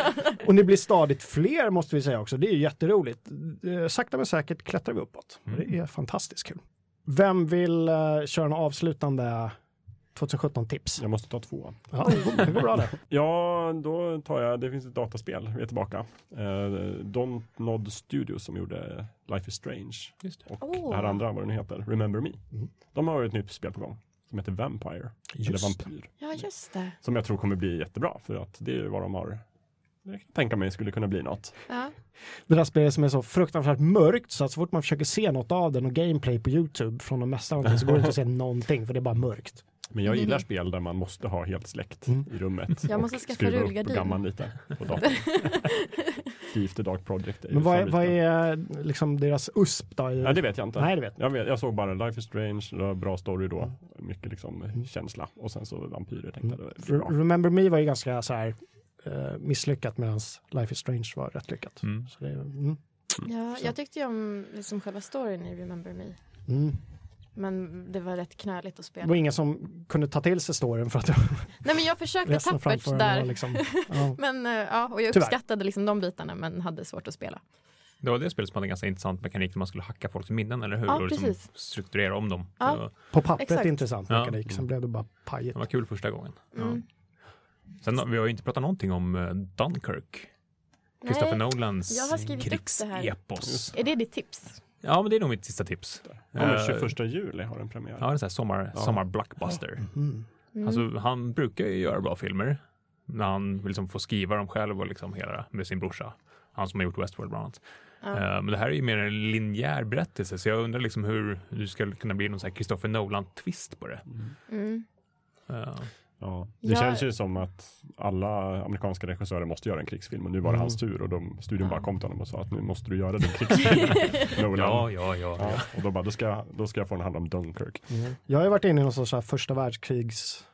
och ni blir stadigt fler måste vi säga också. Det är ju jätteroligt. Eh, Sakta men säkert klättrar vi uppåt. Och
Mm.
Det är fantastiskt kul. Vem vill eh, köra en avslutande 2017-tips?
Jag måste ta två.
Ja, det går- det går bra det.
Ja, då tar jag, det finns ett dataspel, vi är tillbaka. Eh, Dontnod Studios som gjorde Life is Strange
Just
och
Åh.
det här andra, vad det nu heter, Remember Me.
Mm.
De har ju ett nytt spel på gång som heter Vampire, eller
Just det.
Vampyr,
ja, just det.
som jag tror kommer bli jättebra för att det är ju vad de har jag kan tänka mig skulle kunna bli något.
Ja.
Det där spelet som är så fruktansvärt mörkt så att så fort man försöker se något av den och gameplay på Youtube från de mesta någonting så går det inte att se någonting för det är bara mörkt.
Men jag gillar spel där man måste ha helt släkt
Mm.
i rummet.
Mm. Jag
och
måste skaffa
skruva upp
rullgardin.
gamman lite på datorn. Thief the Dark Project är ju
Men vad är, vad
favoriten.
är liksom deras USP då?
Ja, det vet jag inte.
Nej, det vet
jag, vet, jag såg bara Life is Strange, det var bra story då. Mycket liksom känsla. Och sen så vampyrer tänkte jag, det blir
Mm. Re-
bra.
Remember Me var ju ganska så här eh, misslyckat medan Life is Strange var rätt lyckat.
Mm.
Så det, mm,
Ja, jag tyckte ju om liksom själva storyn i Remember Me.
mm.
Men det var rätt knöligt att
det
spela.
var ingen som kunde ta till sig storyn för att
Nej men jag försökte
resten
tappert
framför en
där.
var liksom, ja.
Men eh, ja, och jag
Tyvärr.
uppskattade liksom de bitarna men hade svårt att spela.
Det var det spelet som hade en ganska intressant mekanik där man skulle hacka folks minnen, eller hur?
Ja,
och liksom
precis.
strukturera om dem.
Ja.
Det, var,
På pappret
Exakt.
intressant
Ja. Mm.
mekanik, sen blev det bara pajigt.
det var kul första gången.
Mm.
Sen har- vi har ju inte pratat någonting om eh, Dunkirk. Christopher
Nej,
Nolans
jag har skrivit upp det här.
krigsepos.
är det ditt tips?
Ja, men det är nog mitt sista tips.
Ja,
Eh,
men 21 juli har den premiär.
Ja, det är så här sommar,
Ja.
sommarblockbuster.
Mm.
Mm.
Alltså, han brukar ju göra bra filmer. När han liksom får skriva dem själv och liksom hela med sin brorsa. Han som har gjort Westworld bland annat.
Ja.
Eh, Men det här är ju mer en linjär berättelse, så jag undrar liksom hur du ska kunna bli någon sån här Christopher Nolan-twist på det.
Mm.
Eh,
Ja. Det
Jag-
känns ju som att alla amerikanska regissörer måste göra en krigsfilm och nu var det
Mm.
hans tur och de, studion bara
Ja.
kom till honom och sa att nu måste du göra din krigsfilm. Nolan.
Ja, ja, ja.
Ja, och då bara, då ska, jag, då ska jag få den att handla om Dunkirk.
Mm. Jag har ju varit inne i någon sorts så här första världskrigs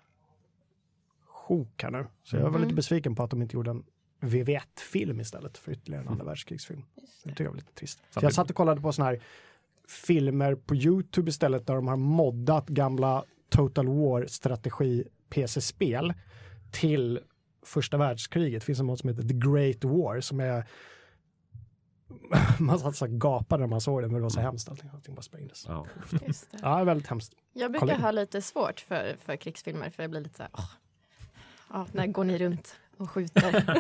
sjok här nu. Så jag var
Mm.
lite besviken på att de inte gjorde en VV1-film istället för ytterligare en andra världskrigsfilm. Det tycker jag var lite trist. Så jag
Samtidigt-
satt och kollade på sådana här filmer på YouTube istället där de har moddat gamla Total War-strategi PC-spel till första världskriget. Det finns en mod som heter The Great War som är man satt så här och gapade när man såg det, men det var så hemskt allting. Allting bara sprängdes.
Ja.
Just det.
Ja, det är väldigt hemskt.
Jag
Kolla
brukar
in.
ha lite svårt för, för krigsfilmer för jag blir lite så här, åh. ja, när går ni runt och skjuter?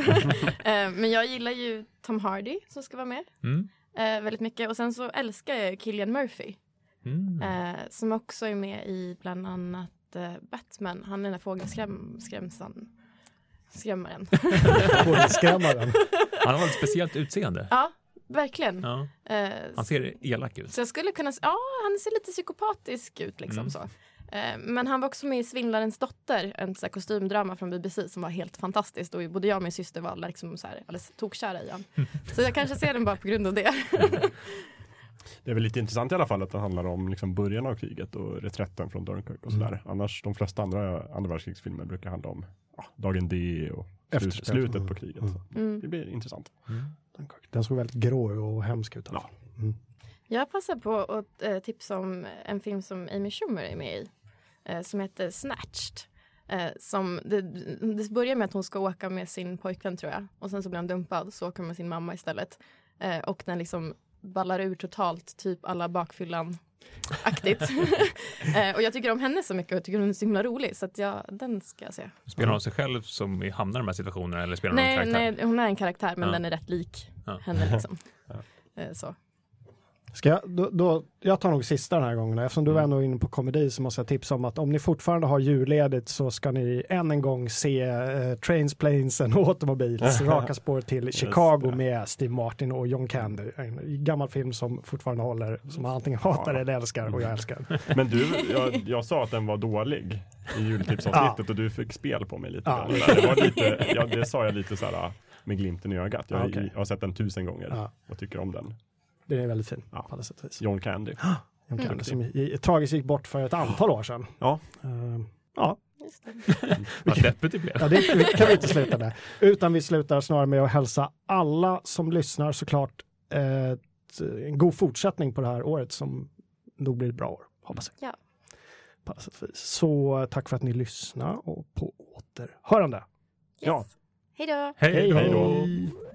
Eh, Men jag gillar ju Tom Hardy som ska vara med
Mm.
eh, väldigt mycket och sen så älskar jag ju Cillian Murphy
Mm.
eh, som också är med i bland annat eh, Batman. Han är den där fågelskrämsan. Skrämmaren.
Fågelskrämmaren.
Han har ett speciellt utseende.
ja, verkligen.
Ja.
Eh,
Han ser elak ut.
Så jag skulle kunna, s- ja han ser lite psykopatisk ut liksom
Mm.
så. Eh, Men han var också med i Svindlarens dotter, en så här kostymdrama från BBC som var helt fantastisk. Och både jag och min syster var liksom så här, alldeles tokkära i honom. Så jag kanske ser den bara på grund av det.
Det är väl lite intressant i alla fall att det handlar om liksom början av kriget och reträtten från Dunkirk och sådär.
Mm.
Annars de flesta andra andra världskrigsfilmer brukar handla om ja, dagen D och slut,
Efterspelet.
slutet på kriget.
Mm.
Så Det blir intressant.
Den såg väldigt grå och hemsk ut. alltså.
Ja.
Jag passar på att eh, tipsa om en film som Amy Schumer är med i. Eh, som heter Snatched. Eh, som det, det börjar med att hon ska åka med sin pojkvän tror jag. Och sen så blir han dumpad så åker hon med sin mamma istället. Eh, och den liksom ballar ur totalt, typ alla bakfyllan-aktigt. eh, och jag tycker om henne så mycket och jag tycker hon är så himla rolig. Så att jag, den ska jag se.
Spelar han sig själv som hamnar i de här situationerna eller spelar han någon
Nej,
karaktär?
nej, hon är en karaktär men
Ja.
den är rätt lik
Ja.
henne liksom. Eh, så.
Ska jag, då, då, jag tar nog sista den här gången. då. Eftersom du var ändå inne på komedi så måste jag tipsa om att om ni fortfarande har julledigt så ska ni än en gång se eh, Trains, Planes and Automobiles, Raka spår till Chicago
det.
med Steve Martin och John Candy. En gammal film som fortfarande håller, som man antingen hatar eller älskar och jag älskar.
Men du, jag, jag sa att den var dålig i jultipsavsnittet och du fick spel på mig lite.
Ja.
grann. Det, var lite ja, det sa jag lite så här med glimten i ögat. Jag,
Ja, Ah, okej.
jag har sett den tusen gånger
Ja.
och tycker om den.
Den är väldigt fin
Ja.
på alla sätt och vis.
John Candy.
John Candy som i, tragiskt gick bort för ett antal år sedan.
Ja.
Eh, ja,
Just det.
Vad deppigt det blev.
Ja, det vi- kan vi inte sluta med. Utan vi slutar snarare med att hälsa alla som lyssnar såklart eh, t- en god fortsättning på det här året som nog blir ett bra år, hoppas jag.
Ja.
På alla sätt och vis. Så eh, tack för att ni lyssnar och på återhörande.
Yes. Hej då!
Hej
Hej
då!
då!